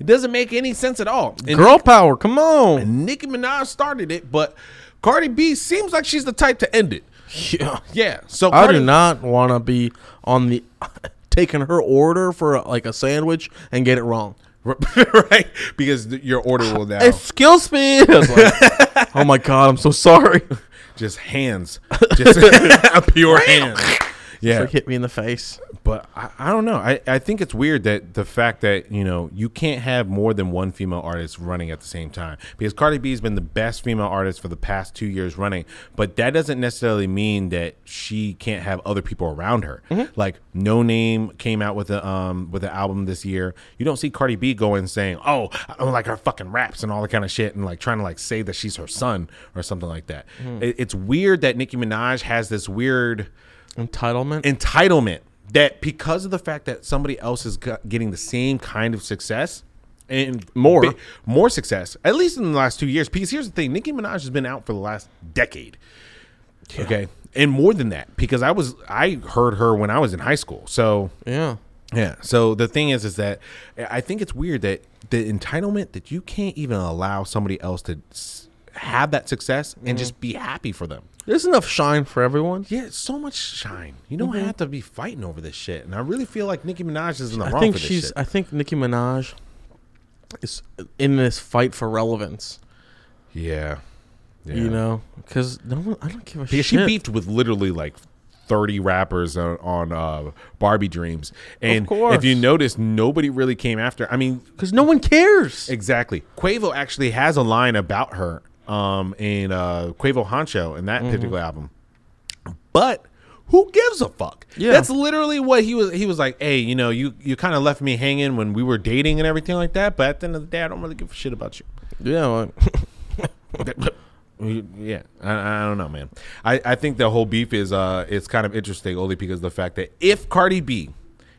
S2: It doesn't make any sense at all. And
S1: Girl power, come on.
S2: Nicki Minaj started it, but Cardi B seems like she's the type to end it.
S1: Yeah.
S2: Yeah. So
S1: I
S2: Cardi,
S1: do not want to be on the taking her order for like a sandwich and get it wrong.
S2: right because th- your order will
S1: Oh.
S2: now
S1: Excuse me. I was like, oh my god, I'm so sorry.
S2: just hands, just a pure hand. Yeah.
S1: Like hit me in the face.
S2: but I, I don't know. I, I think it's weird that the fact that, you know, you can't have more than one female artist running at the same time because Cardi B has been the best female artist for the past two years running. But that doesn't necessarily mean that she can't have other people around her. Like No Name came out with a um with an album this year. You don't see Cardi B going saying, "Oh, I don't like her fucking raps and all that kind of shit," and like trying to like say that she's her son or something like that. It, it's weird that Nicki Minaj has this weird
S1: Entitlement.
S2: entitlement that because of the fact that somebody else is got- getting the same kind of success and
S1: More.
S2: bi- more success at least in the last two years because here's the thing nicki minaj has been out for the last decade okay and more than that because i was i heard her when i was in high school so
S1: yeah.
S2: yeah. So the thing is, is that I think it's weird that the entitlement that you can't even allow somebody else to s- have that success and just be happy for them.
S1: There's enough shine for everyone.
S2: Yeah, it's so much shine. You don't
S1: Mm-hmm.
S2: have to be fighting over this shit. And I really feel like Nicki Minaj is in the
S1: I
S2: wrong
S1: think
S2: for this
S1: she's.
S2: shit.
S1: I think Nicki Minaj is in this fight for relevance.
S2: yeah. yeah.
S1: You know, because no one. I don't give a
S2: Because
S1: shit.
S2: she beefed with literally like 30 rappers on, on uh, Barbie Dreams. And
S1: course.
S2: if you notice, nobody really came after. I mean,
S1: because no one cares.
S2: Exactly. Quavo actually has a line about her um, in uh, Quavo Honcho in that particular album. But who gives a fuck?
S1: Yeah.
S2: That's literally what he was. He was like, "Hey, you know, you you kind of left me hanging when we were dating and everything like that. But at the end of the day, I don't really give a shit about you."
S1: yeah. Like,
S2: yeah, I, I don't know, man. I, I think the whole beef is uh, it's kind of interesting only because of the fact that if Cardi B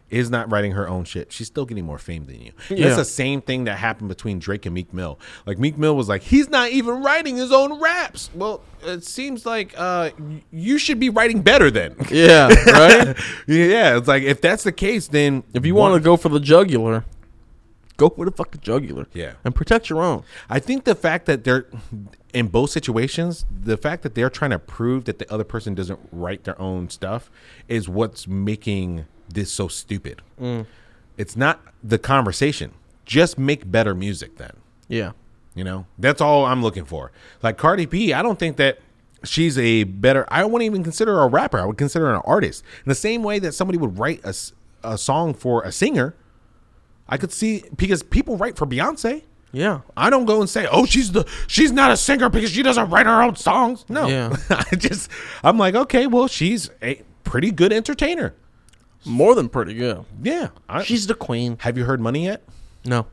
S2: is not writing her own shit, she's still getting more fame than you. And
S1: Yeah.
S2: That's the same thing that happened between Drake and Meek Mill. Like Meek Mill was like, he's not even writing his own raps. Well, it seems like uh, y- you should be writing better then.
S1: yeah. Right.
S2: yeah, it's like if that's the case, then
S1: If you want to go for the jugular, go for the fucking jugular.
S2: Yeah.
S1: And protect your own.
S2: I think the fact that they're in both situations, the fact that they're trying to prove that the other person doesn't write their own stuff is what's making this so stupid. It's not the conversation. Just make better music then.
S1: Yeah.
S2: You know, that's all I'm looking for. Like Cardi B, I don't think that she's a better. I wouldn't even consider her a rapper. I would consider her an artist. In the same way that somebody would write a, s- a song for a singer, I could see because people write for Beyonce.
S1: Yeah.
S2: I don't go and say, "Oh, she's the she's not a singer because she doesn't write her own songs." No,
S1: Yeah.
S2: I just I'm like, okay, well, she's a pretty good entertainer.
S1: More than pretty good.
S2: Yeah, I,
S1: She's the queen.
S2: Have you heard "Money" yet?
S1: No.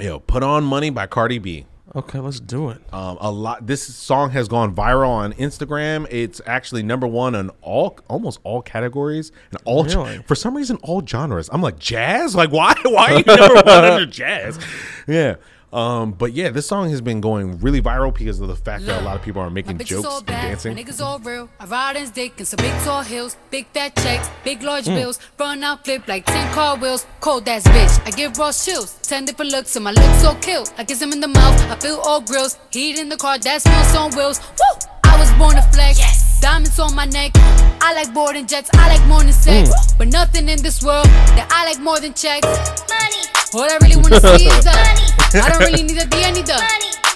S2: Yo, "Put On Money" by Cardi B.
S1: Okay, let's do it.
S2: Um, a lot. This song has gone viral on Instagram. It's actually number one on all, almost all categories and all. gen-
S1: Really?
S2: for some reason, all genres. I'm like jazz. Like why? Why are you number one under jazz? Yeah. Um, but yeah, this song has been going really viral because of the fact that a lot of people are making
S7: My bitches
S2: jokes
S7: all
S2: and
S7: bad,
S2: dancing.
S7: My niggas all real. I ride in his dick in some big tall hills, big fat checks, big large
S2: Hmm.
S7: bills. Run out, flip like 10 car wheels. Cold ass bitch. I give raw chills. 10 different looks, and my looks so kill. I kiss him in the mouth. I feel all grills. Heat in the car, that smells on wheels. Woo! I was born to flex. Diamonds on my neck. I like boarding jets. I like morning sex.
S2: Hmm.
S7: But nothing in this world that I like more than checks. All I really wanna see is the. I don't really need a D, I need the.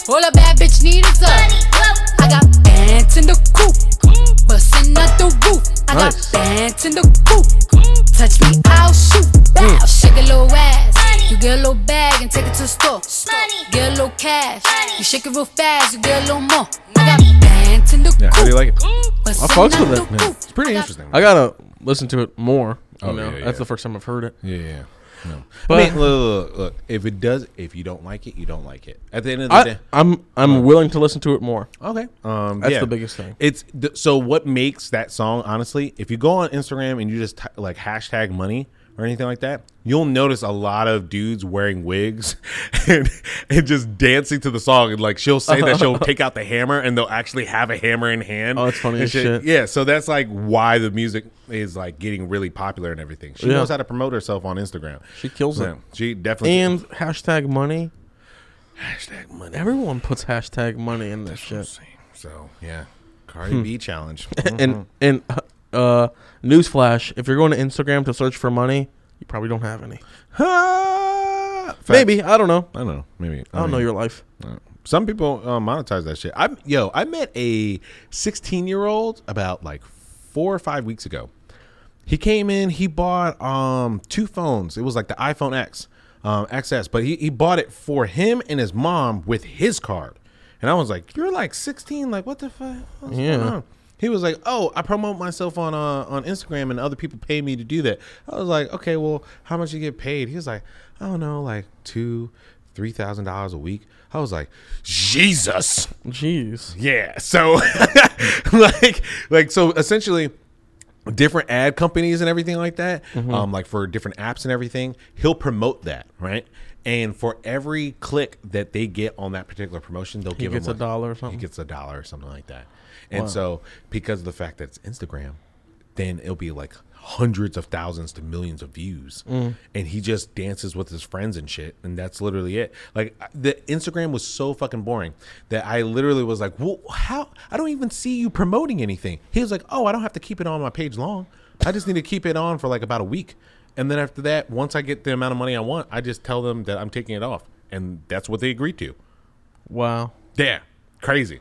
S7: All a bad bitch need is a. I got pants in the coop, bustin' out the roof. I
S1: Nice.
S7: got pants in the coop. Touch me, I'll shoot. Wow, shake a little ass. You get a little bag and take it to the store. Get a little cash. You shake it real fast, you get a little more. I got pants in the coop.
S2: Yeah, how do you like it?
S1: I fucks with it, man.
S2: It's pretty interesting.
S1: I gotta listen to it more. You
S2: Oh,
S1: know,
S2: yeah, yeah.
S1: that's the first time I've heard it.
S2: yeah, yeah. No.
S1: But-
S2: I mean, look, look, look, look, if it does, if you don't like it, you don't like it. At the end of the
S1: I,
S2: day,
S1: I'm I'm willing to listen to it more.
S2: Okay. Um,
S1: That's the biggest thing.
S2: It's th- so what makes that song honestly. If you go on Instagram and you just t- like hashtag money or anything like that, you'll notice a lot of dudes wearing wigs and, and just dancing to the song. And like she'll say that she'll take out the hammer and they'll actually have a hammer in hand.
S1: Oh, that's funny
S2: and
S1: as shit.
S2: Yeah. So that's like why the music is like getting really popular and everything. She
S1: Yeah.
S2: knows how to promote herself on Instagram.
S1: She kills it.
S2: Yeah, She definitely
S1: And hashtag money.
S2: hashtag money.
S1: Everyone puts hashtag money in this shit.
S2: So yeah,
S1: Hmm.
S2: Cardi B challenge.
S1: And and uh, uh, newsflash: if you're going to Instagram to search for money, you probably don't have any. Maybe I don't know.
S2: I don't know. Maybe
S1: I don't know your life.
S2: Some people uh, monetize that shit. I am yo, I met a 16 year old about like four or five weeks ago. He came in. He bought um two phones. It was like the iPhone X, um, XS, but he he bought it for him and his mom with his card. And I was like, "You're like 16. Like what the fuck? What's
S1: Yeah.
S2: going on?" He was like, "Oh, I promote myself on uh, on Instagram, and other people pay me to do that." I was like, "Okay, well, how much you get paid?" He was like, "I don't know, like two, three thousand dollars a week." I was like, "Jesus,
S1: Jeez.
S2: yeah." So, like, like so essentially, different ad companies and everything like that,
S1: Mm-hmm.
S2: um, like for different apps and everything, he'll promote that right. And for every click that they get on that particular promotion, they'll give
S1: gets
S2: him
S1: a dollar or something?
S2: He gets a dollar or something like that. And so, because of the fact that it's Instagram, then it'll be like hundreds of thousands to millions of views. And he just dances with his friends and shit. And that's literally it. Like, I- the Instagram was so fucking boring that I literally was like, well, how? I don't even see you promoting anything. He was like, oh, I don't have to keep it on my page long. I just need to keep it on for like about a week. And then after that, once I get the amount of money I want, I just tell them that I'm taking it off. And that's what they agreed to.
S1: Wow.
S2: Yeah. Crazy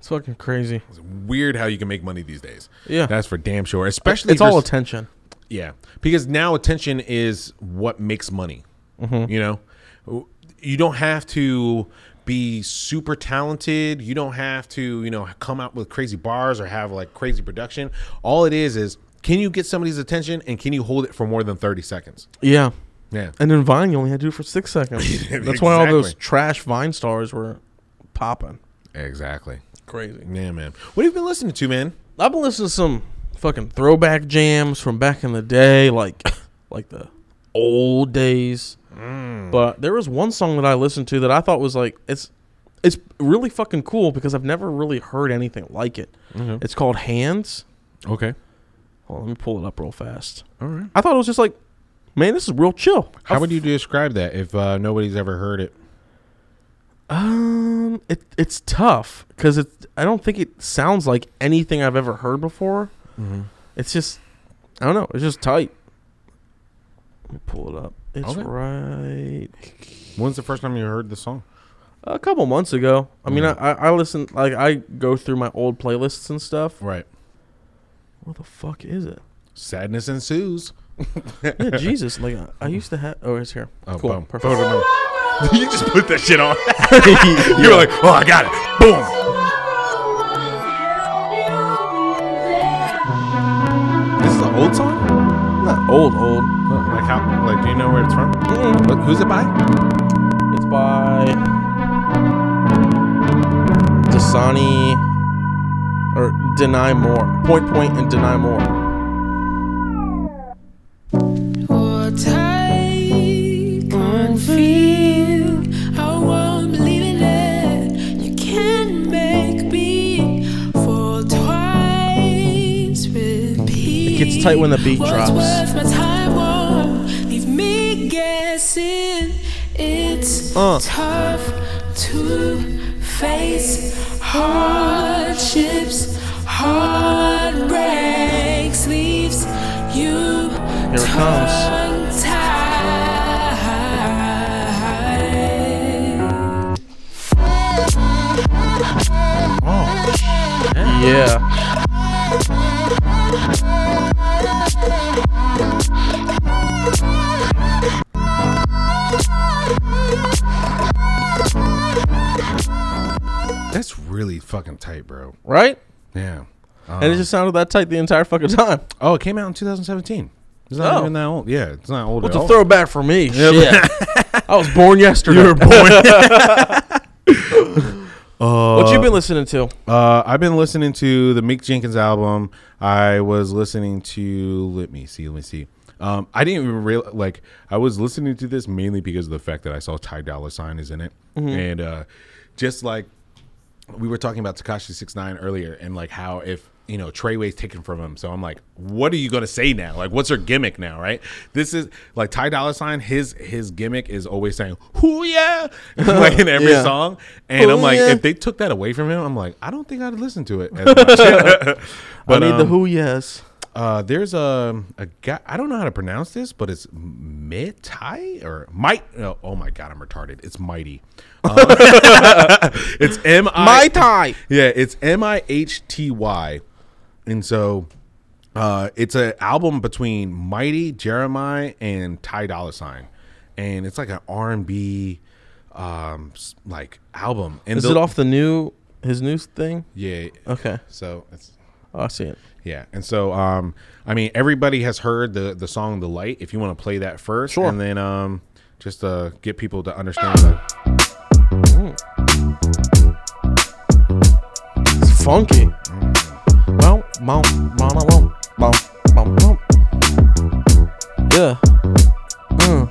S1: It's fucking crazy.
S2: weird how you can make money these days.
S1: Yeah.
S2: that's for damn sure. Especially
S1: It's
S2: if
S1: all
S2: you're-
S1: attention.
S2: Yeah, because now attention is what makes money. You know, W- you don't have to be super talented. You don't have to you know come out with crazy bars or have like crazy production. All it is is can you get somebody's attention and can you hold it for more than thirty seconds?
S1: Yeah.
S2: Yeah.
S1: And then Vine, you only had to do it for six seconds. That's why all those
S2: Exactly.
S1: trash Vine stars were popping.
S2: Exactly.
S1: Crazy.
S2: Yeah, man. What have you been listening to, man?
S1: I've been listening to some fucking throwback jams from back in the day, like like the old days.
S2: Mm.
S1: But there was one song that I listened to that I thought was like it's it's really fucking cool because I've never really heard anything like it. It's called Hands.
S2: Okay.
S1: Hold on, let me pull it up real fast.
S2: All right.
S1: I thought it was just like, man, this is real chill.
S2: How would you describe that if uh, nobody's ever heard it?
S1: Um, it it's tough because it. I don't think it sounds like anything I've ever heard before.
S2: Mm-hmm.
S1: It's just, I don't know. It's just tight. Let me pull it up. It's
S2: Okay.
S1: right
S2: When's the first time you heard the song?
S1: a couple months ago. I mean, I
S2: Mm.
S1: I, I listen like I go through my old playlists and stuff.
S2: Right.
S1: Where the fuck is it?
S2: Sadness ensues.
S1: Yeah, Jesus! Like I, I used to have. Oh, it's here.
S2: Oh,
S1: cool.
S2: boom.
S1: Perfect.
S2: you just put that shit on. you were like, oh, I got it. Boom. This is an old song?
S1: Not old, old.
S2: Like how? Like, do you know where it's from?
S1: Mm.
S2: What, who's it by?
S1: It's by Dasani or Deny More. Point Point and Deny More.
S8: Or take one feel. I won't believe in it. You can make me fall twice. Repeat.
S1: gets tight when the beat
S8: What's
S1: drops.
S8: worth my time won't leave me guessing. It's
S1: Uh.
S8: tough to face hardships, heartbreaks, leaves you
S1: Here it comes.
S8: tongue-tied.
S2: tight, bro.
S1: right?
S2: Yeah.
S1: and it just sounded that tight the entire fucking time.
S2: Oh, it came out in 2017. It's not
S1: Oh.
S2: even that old. Yeah, it's not old.
S1: What's
S2: at
S1: a
S2: all.
S1: throwback for me? Shit. I was born yesterday. what you been listening to?
S2: Uh, I've been listening to the Mick Jenkins album. I was listening to. Let me see. Let me see. Um, I didn't even real like. I was listening to this mainly because of the fact that I saw Ty Dolla Sign is in it, and uh, just like we were talking about Takashi Six Nine earlier, and like how if you know Treyway's taken from him, so I'm like, what are you gonna say now? Like, what's her gimmick now? Right? This is like Ty Dolla Sign. His his gimmick is always saying "Who yeah" like in every
S1: Yeah.
S2: song, and
S1: Ooh,
S2: I'm like,
S1: Oh, yeah.
S2: if they took that away from him, I'm like, I don't think I'd listen to it. As much. but
S1: I need the
S2: um,
S1: Who Yes.
S2: uh, there's a a guy. I don't know how to pronounce this, but it's Mitai or Might. No, oh my god, I'm retarded. It's Mighty. Um, it's M I
S1: Mighty.
S2: Yeah, it's M I H T Y, and so. Uh, it's an album between Mighty Jeremiah and Ty Dolla Sign, and it's like an R and B, um, s- like album. And
S1: Is
S2: the-
S1: it off the new his new thing?
S2: Yeah.
S1: Okay.
S2: So it's
S1: Oh, I see it.
S2: yeah, and so um, I mean, everybody has heard the the song "The Light." If you want to play that first,
S1: Sure.
S2: and then um, just uh, get people to understand. The,
S1: It's funky. Well, mom, mom, mom, mom, mom, mom. Yeah. Mm.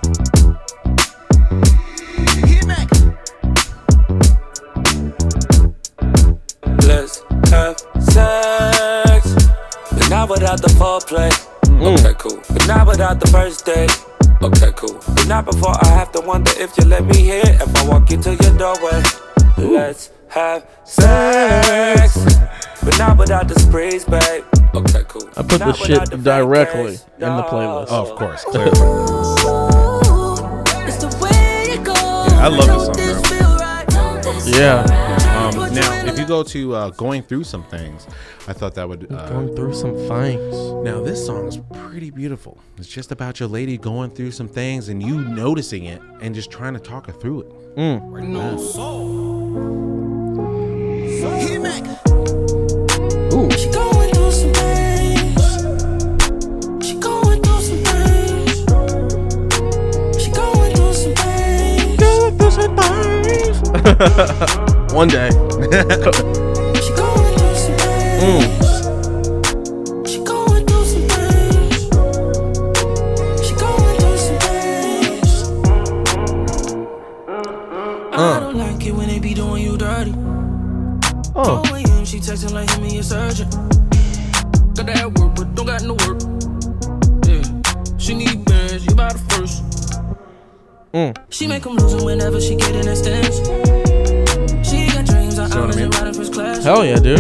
S9: Let's have sex. But not without the foreplay. Okay, cool. But not without the first date. Mm. Okay, cool. But not before I have to wonder if you let me hear if I walk into your doorway. Let's have sex. But not without the sprees, babe. Okay, cool. I
S1: put this shit directly in the playlist.
S2: of course, clearly.
S8: I
S2: love this song, bro.
S1: Yeah.
S2: um, now, if you go to uh, "Going Through Some Things," I thought that would. Uh,
S1: Going through some things.
S2: now, this song is pretty beautiful. It's just about your lady going through some things and you noticing it and just trying to talk her through it.
S1: Ooh.
S8: She going through some things. She going through some things. She going through some things.
S1: One day.
S8: She going through some things. She going through some things. She going through some things. I don't like it when they be doing you dirty.
S1: Oh.
S8: 4 a.m. She texting like him and your surgeon. Got that work, but don't got no work. Yeah. She need bands, you buy the first.
S2: Mm.
S8: She make him lose 'em whenever she get in that stance. She got dreams, I honors and riding first class.
S1: Hell yeah, dude.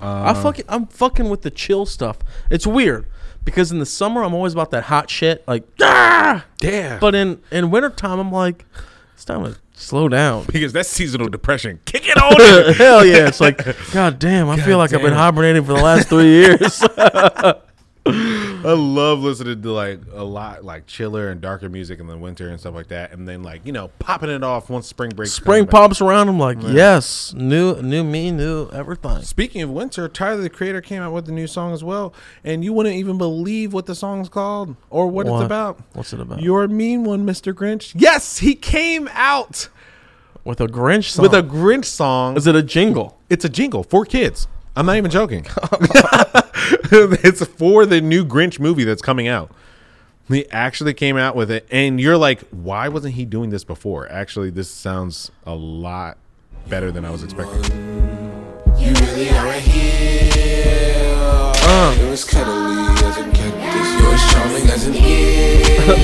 S1: I fucking I'm fucking with the chill stuff. It's weird because in the summer I'm always about that hot shit, like ah!
S2: Yeah,
S1: But in in wintertime I'm like, it's time to slow down.
S2: because that's seasonal depression. Kick it on. in.
S1: Hell yeah! It's like, god damn, I feel like I've been
S2: damn.
S1: hibernating for the last three years.
S2: I love listening to like a lot like chiller and darker music in the winter and stuff like that, and then like you know popping it off once spring break.
S1: Spring pops around. I'm like, yes, new new me, new everything.
S2: Speaking of winter, Tyler the Creator came out with a new song as well, and you wouldn't even believe what the song's called or what,
S1: What?
S2: it's about.
S1: What's it about?
S2: Your mean one, Mr. Grinch. Yes, he came out
S1: With a Grinch song.
S2: with a Grinch song.
S1: is it a jingle?
S2: It's a jingle for kids. I'm not even joking. it's for the new Grinch movie that's coming out. He actually came out with it, and you're like, why wasn't he doing this before? Actually, this sounds a lot better than I was expecting.
S9: You really are a heel. You're as cuddly as a cactus. You're as charming as an eel.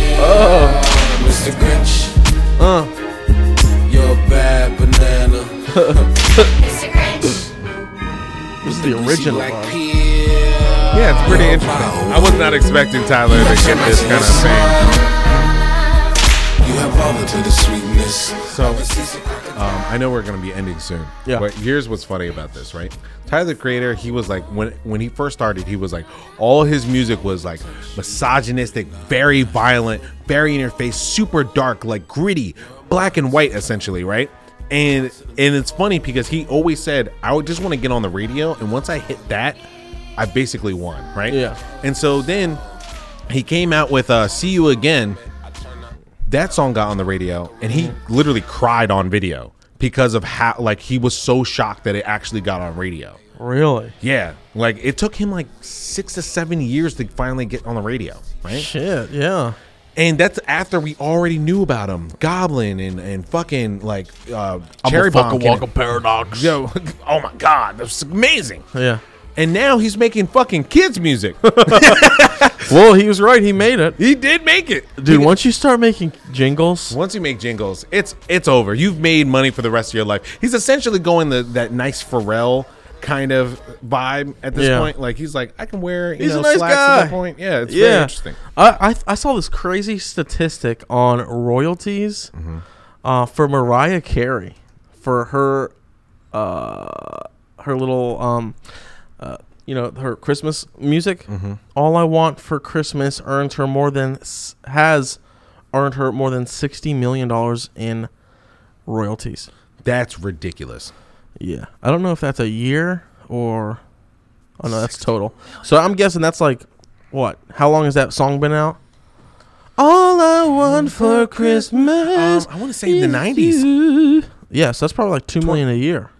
S9: Mr. Grinch. You're a bad banana.
S1: This is the
S9: She
S1: original.
S9: like
S1: one.
S9: peel.
S2: Yeah, it's pretty interesting. I was not expecting Tyler to get this kind of thing.
S9: You have all of the sweetness.
S2: So, um, I know we're gonna be ending soon.
S1: Yeah.
S2: But here's what's funny about this, right? Tyler the Creator, he was like when when he first started, he was like all his music was like misogynistic, very violent, very in your face, super dark, like gritty, black and white, essentially, right? and and it's funny because he always said I would just want to get on the radio, and once I hit that, I basically won, right?
S1: Yeah.
S2: And so then he came out with uh, "See You Again." That song got on the radio, and he
S1: Mm-hmm.
S2: literally cried on video because of how like he was so shocked that it actually got on radio.
S1: Really?
S2: Yeah, like it took him like six to seven years to finally get on the radio, right?
S1: Shit. Yeah.
S2: And that's after we already knew about him, Goblin and and fucking like uh, Cherry Bomb. Kid.
S1: paradox.
S2: Yo, oh my god, that's amazing.
S1: Yeah.
S2: And now he's making fucking kids music.
S1: Well, he was right. He made it,
S2: he did make it,
S1: dude. Once you start making jingles,
S2: Once you make jingles, it's it's over. You've made money for the rest of your life. He's essentially going the that nice Pharrell kind of vibe at this
S1: Yeah.
S2: point. Like he's like, I can wear you
S1: He's a
S2: know,
S1: nice
S2: slacks at
S1: guy.
S2: that point. Yeah, it's very
S1: yeah.
S2: interesting.
S1: I, I I saw this crazy statistic on royalties
S2: Mm-hmm.
S1: uh, for Mariah Carey for her uh, her little um uh, you know her Christmas music.
S2: Mm-hmm.
S1: All I want for Christmas earned her more than s- has earned her more than sixty million dollars in royalties.
S2: That's ridiculous.
S1: Yeah. I don't know if that's a year or Oh no, that's total. So I'm guessing that's like what? How long has that song been out? All I want for Christmas.
S2: Um, I wanna say the
S1: is
S2: 90s.
S1: you. Yeah, so that's probably like two million a year.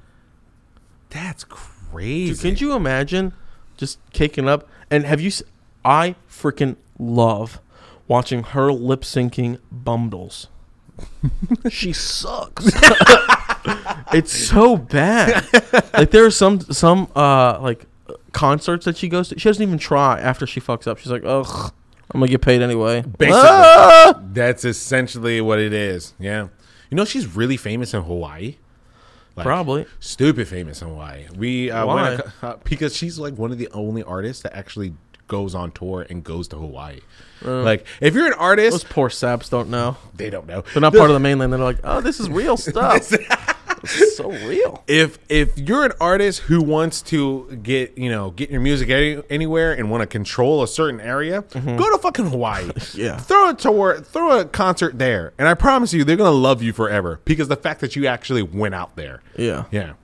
S2: That's crazy.
S1: Dude, can you imagine just kicking up? And have you? s- I freaking love watching her lip syncing bundles. she sucks. it's so bad. Like there are some some uh like concerts that she goes to. She doesn't even try after she fucks up. She's like, ugh, I'm gonna get paid anyway.
S2: Basically.
S1: Ah!
S2: That's essentially what it is. Yeah. You know, she's really famous in Hawaii. Like,
S1: Probably.
S2: Stupid famous in Hawaii. We uh,
S1: Why?
S2: went a, uh, because she's like one of the only artists that actually goes on tour and goes to Hawaii. like if you're an artist,
S1: Uh. Those poor saps don't know.
S2: they don't know.
S1: They're not part of the mainland. They're like, oh, this is real stuff. It's so real.
S2: if if you're an artist who wants to get you know get your music any, anywhere and want to control a certain area, go to fucking Hawaii.
S1: Mm-hmm. Yeah.
S2: throw a tour, throw a concert there, and I promise you, they're gonna love you forever because the fact that you actually went out there.
S1: Yeah.
S2: yeah.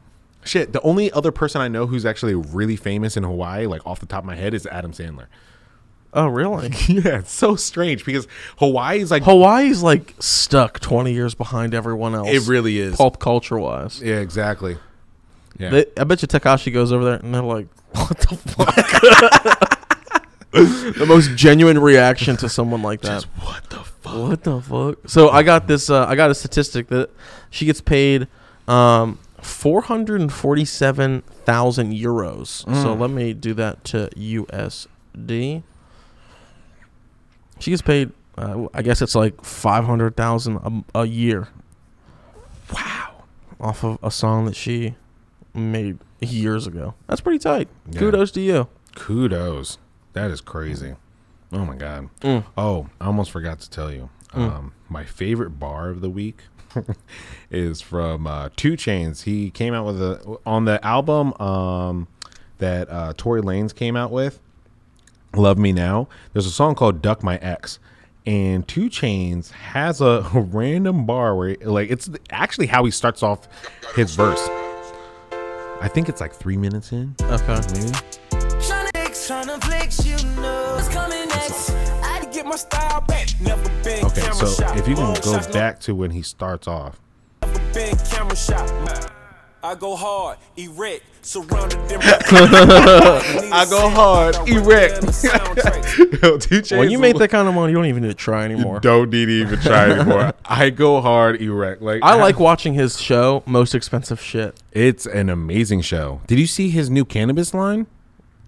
S2: Shit, the only other person I know who's actually really famous in Hawaii, like off the top of my head, is Adam Sandler.
S1: Oh, really?
S2: Yeah, it's so strange because Hawaii is like
S1: Hawaii's like stuck 20 years behind everyone else.
S2: it really is.
S1: pulp culture wise.
S2: Yeah, exactly. Yeah.
S1: They, I bet you Takashi goes over there and they're like, "What the fuck?" the most genuine reaction to someone like that.
S2: what the fuck?
S1: What the fuck? So I got this. Uh, I got a statistic that she gets paid um, four hundred and forty-seven thousand euros. So let me do that to USD. She gets paid. Uh, I guess it's like five hundred thousand a, a year. Wow! Off of a song that she made years ago. That's pretty tight. Kudos to you.
S2: Kudos. That is crazy. Oh my god. Oh, I almost forgot to tell you. Um, my favorite bar of the week is from uh, Two Chains. He came out with a on the album um, that uh, Tory Lanez came out with. Love Me Now. There's a song called Duck My Ex. And Two Chains has a random bar where, like, it's actually how he starts off his verse. I think it's like three minutes in.
S1: Okay.
S2: Maybe. Okay, so if you can go back to when he starts off,
S6: Big camera shot. I go hard, erect, surrounded them. I
S2: go hard, erect. Yo, two Chainz
S1: When you make
S2: is-
S1: that kind of money, you don't even need to try anymore.
S2: don't need to even try anymore. I go hard, erect. Like
S1: I like watching his show, Most Expensive Shit.
S2: It's an amazing show. Did you see his new cannabis line?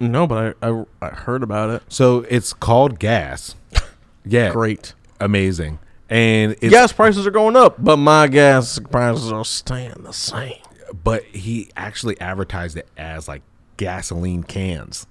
S1: No, but I, I, I heard about it.
S2: So it's called Gas. Yeah,
S1: Great.
S2: amazing, and it's,
S1: Gas prices are going up, but my gas prices are staying the same.
S2: But he actually advertised it as like gasoline cans.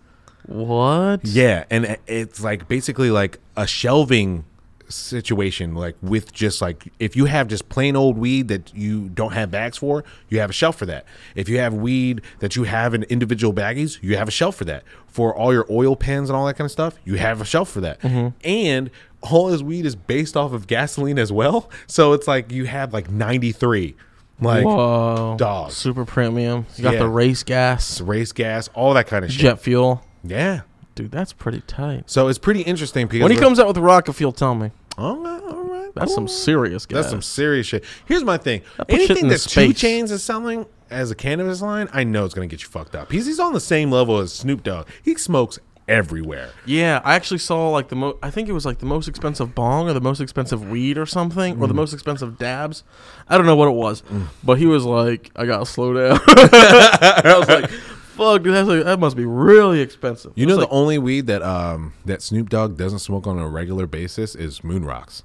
S1: What?
S2: Yeah, and i- it's like basically like a shelving situation, like with just like if you have just plain old weed that you don't have bags for, you have a shelf for that. If you have weed that you have in individual baggies, you have a shelf for that. For all your oil pens and all that kind of stuff, you have a shelf for that.
S1: Mm-hmm.
S2: And all his weed is based off of gasoline as well. So it's like you have like 93. Like
S1: Whoa,
S2: dog.
S1: super premium. You got
S2: Yeah.
S1: the race gas,
S2: race gas, all that kind of shit.
S1: jet fuel,
S2: Yeah.
S1: dude. That's pretty tight.
S2: So it's pretty interesting because
S1: When he
S2: we're-
S1: comes out with the rocket fuel, tell me.
S2: Oh, all right,
S1: That's
S2: cool.
S1: some serious gas.
S2: That's some serious shit. Here's my thing.
S1: puts shit
S2: Anything
S1: into
S2: that Two
S1: space.
S2: Chains is selling as a cannabis line, I know it's gonna get you fucked up. He's he's on the same level as Snoop Dogg. He smokes everywhere.
S1: Yeah, I actually saw like the most. I think it was like the most expensive bong or the most expensive weed or something,
S2: Mm.
S1: or the most expensive dabs. I don't know what it was, but he was like, "I gotta slow down." I was like, "Fuck, dude, that's like, that must be really expensive."
S2: You
S1: It's
S2: know,
S1: like,
S2: the only weed that um that Snoop Dogg doesn't smoke on a regular basis is Moon Rocks.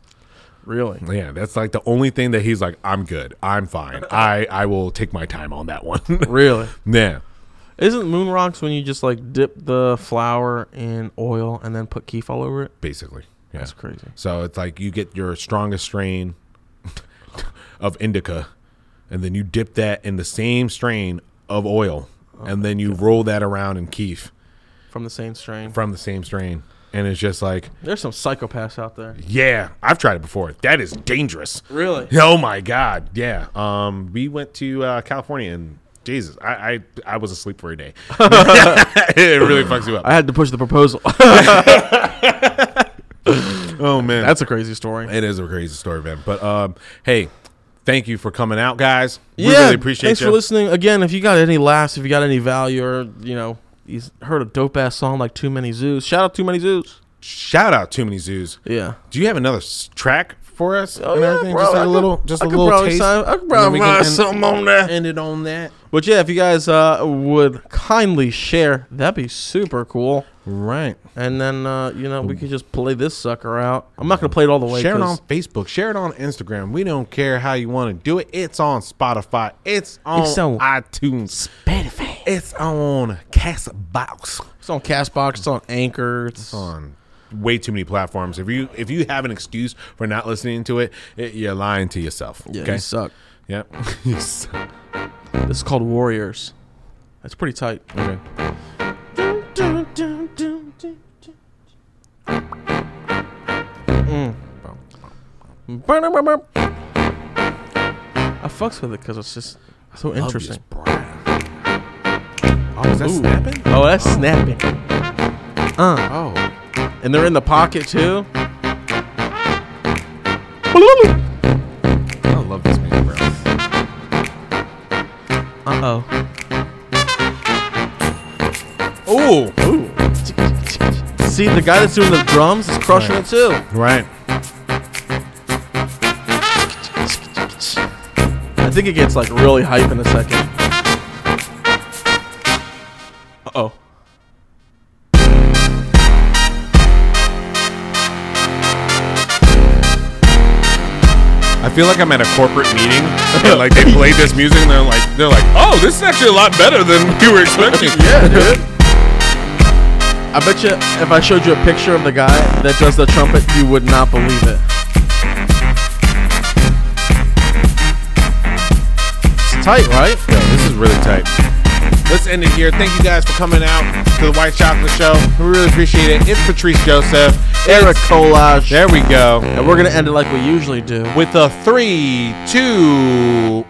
S1: really.
S2: Yeah, that's like the only thing that he's like, I'm good, I'm fine, I I will take my time on that one.
S1: Really?
S2: yeah,
S1: Isn't moon rocks when you just like dip the flour in oil and then put keef all over it?
S2: basically. Yeah.
S1: That's crazy.
S2: So it's like you get your strongest strain of indica, and then you dip that in the same strain of oil,
S1: Oh
S2: and then you roll that around in keef
S1: From the same strain.
S2: from the same strain. And it's just like,
S1: There's some psychopaths out there.
S2: yeah, I've tried it before. That is dangerous.
S1: Really?
S2: Oh my god, yeah. Um, we went to uh, California and. Jesus, I, I I was asleep for a day. it really fucks you
S1: I
S2: up.
S1: had to push the proposal.
S2: Oh man,
S1: That's a crazy story.
S2: It is a crazy story, man. But um, hey, thank you for coming out, guys. We
S1: yeah,
S2: really appreciate
S1: thanks
S2: you.
S1: for listening. Again, if you got any laughs, if you got any value, or you know, you heard a dope ass song like Too Many Zoos. Shout out Too Many Zoos.
S2: Shout out Too Many Zoos.
S1: Yeah.
S2: Do you have another s- track for us?
S1: Oh,
S2: and
S1: yeah,
S2: everything?
S1: bro,
S2: just like
S1: I
S2: a
S1: could-
S2: little, just
S1: I
S2: a
S1: could
S2: little
S1: probably
S2: taste.
S1: sign- I could
S2: and then
S1: probably
S2: we can
S1: sign
S2: end-
S1: something on that.
S2: End it on that.
S1: But yeah, if you guys uh, would kindly share, that'd be super cool.
S2: Right.
S1: And then uh, you know we could just play this sucker out. I'm not gonna play it all the way.
S2: share it
S1: 'cause-
S2: on Facebook. Share it on Instagram. We don't care how you want to do it. It's on Spotify. It's on
S1: It's on
S2: iTunes. Spotify. It's on Castbox.
S1: It's on Castbox. It's on Anchor. It's
S2: on way too many platforms. If you if you have an excuse for not listening to it, it you're lying to yourself.
S1: yeah,
S2: okay.
S1: you suck.
S2: Yep. You suck.
S1: This is called Warriors. That's pretty tight.
S2: Okay.
S1: Mm. I fucks with it because it's just so
S2: Love this
S1: interesting.
S2: brand. Oh, is that
S1: Ooh.
S2: snapping?
S1: Oh, that's snapping.
S2: Oh.
S1: And they're in the pocket too.
S2: I love this music, bro.
S1: Uh oh.
S2: Ooh.
S1: See, the guy that's doing the drums is crushing
S2: Right.
S1: it too.
S2: Right.
S1: I think it gets like really hype in a second. Uh oh.
S2: I feel like I'm at a corporate meeting and like they played this music and they're like they're like, "Oh, this is actually a lot better than we were expecting." yeah, dude.
S1: I bet you if I showed you a picture of the guy that does the trumpet, you would not believe it. It's tight, right?
S2: Yo, this is really tight. Let's end it here. Thank you guys for coming out to the White Chocolate Show. We really appreciate it. It's Patrice Joseph.
S1: Eric
S2: It's-
S1: Collage.
S2: There we go.
S1: And we're gonna end it like we usually do.
S2: With a three, two.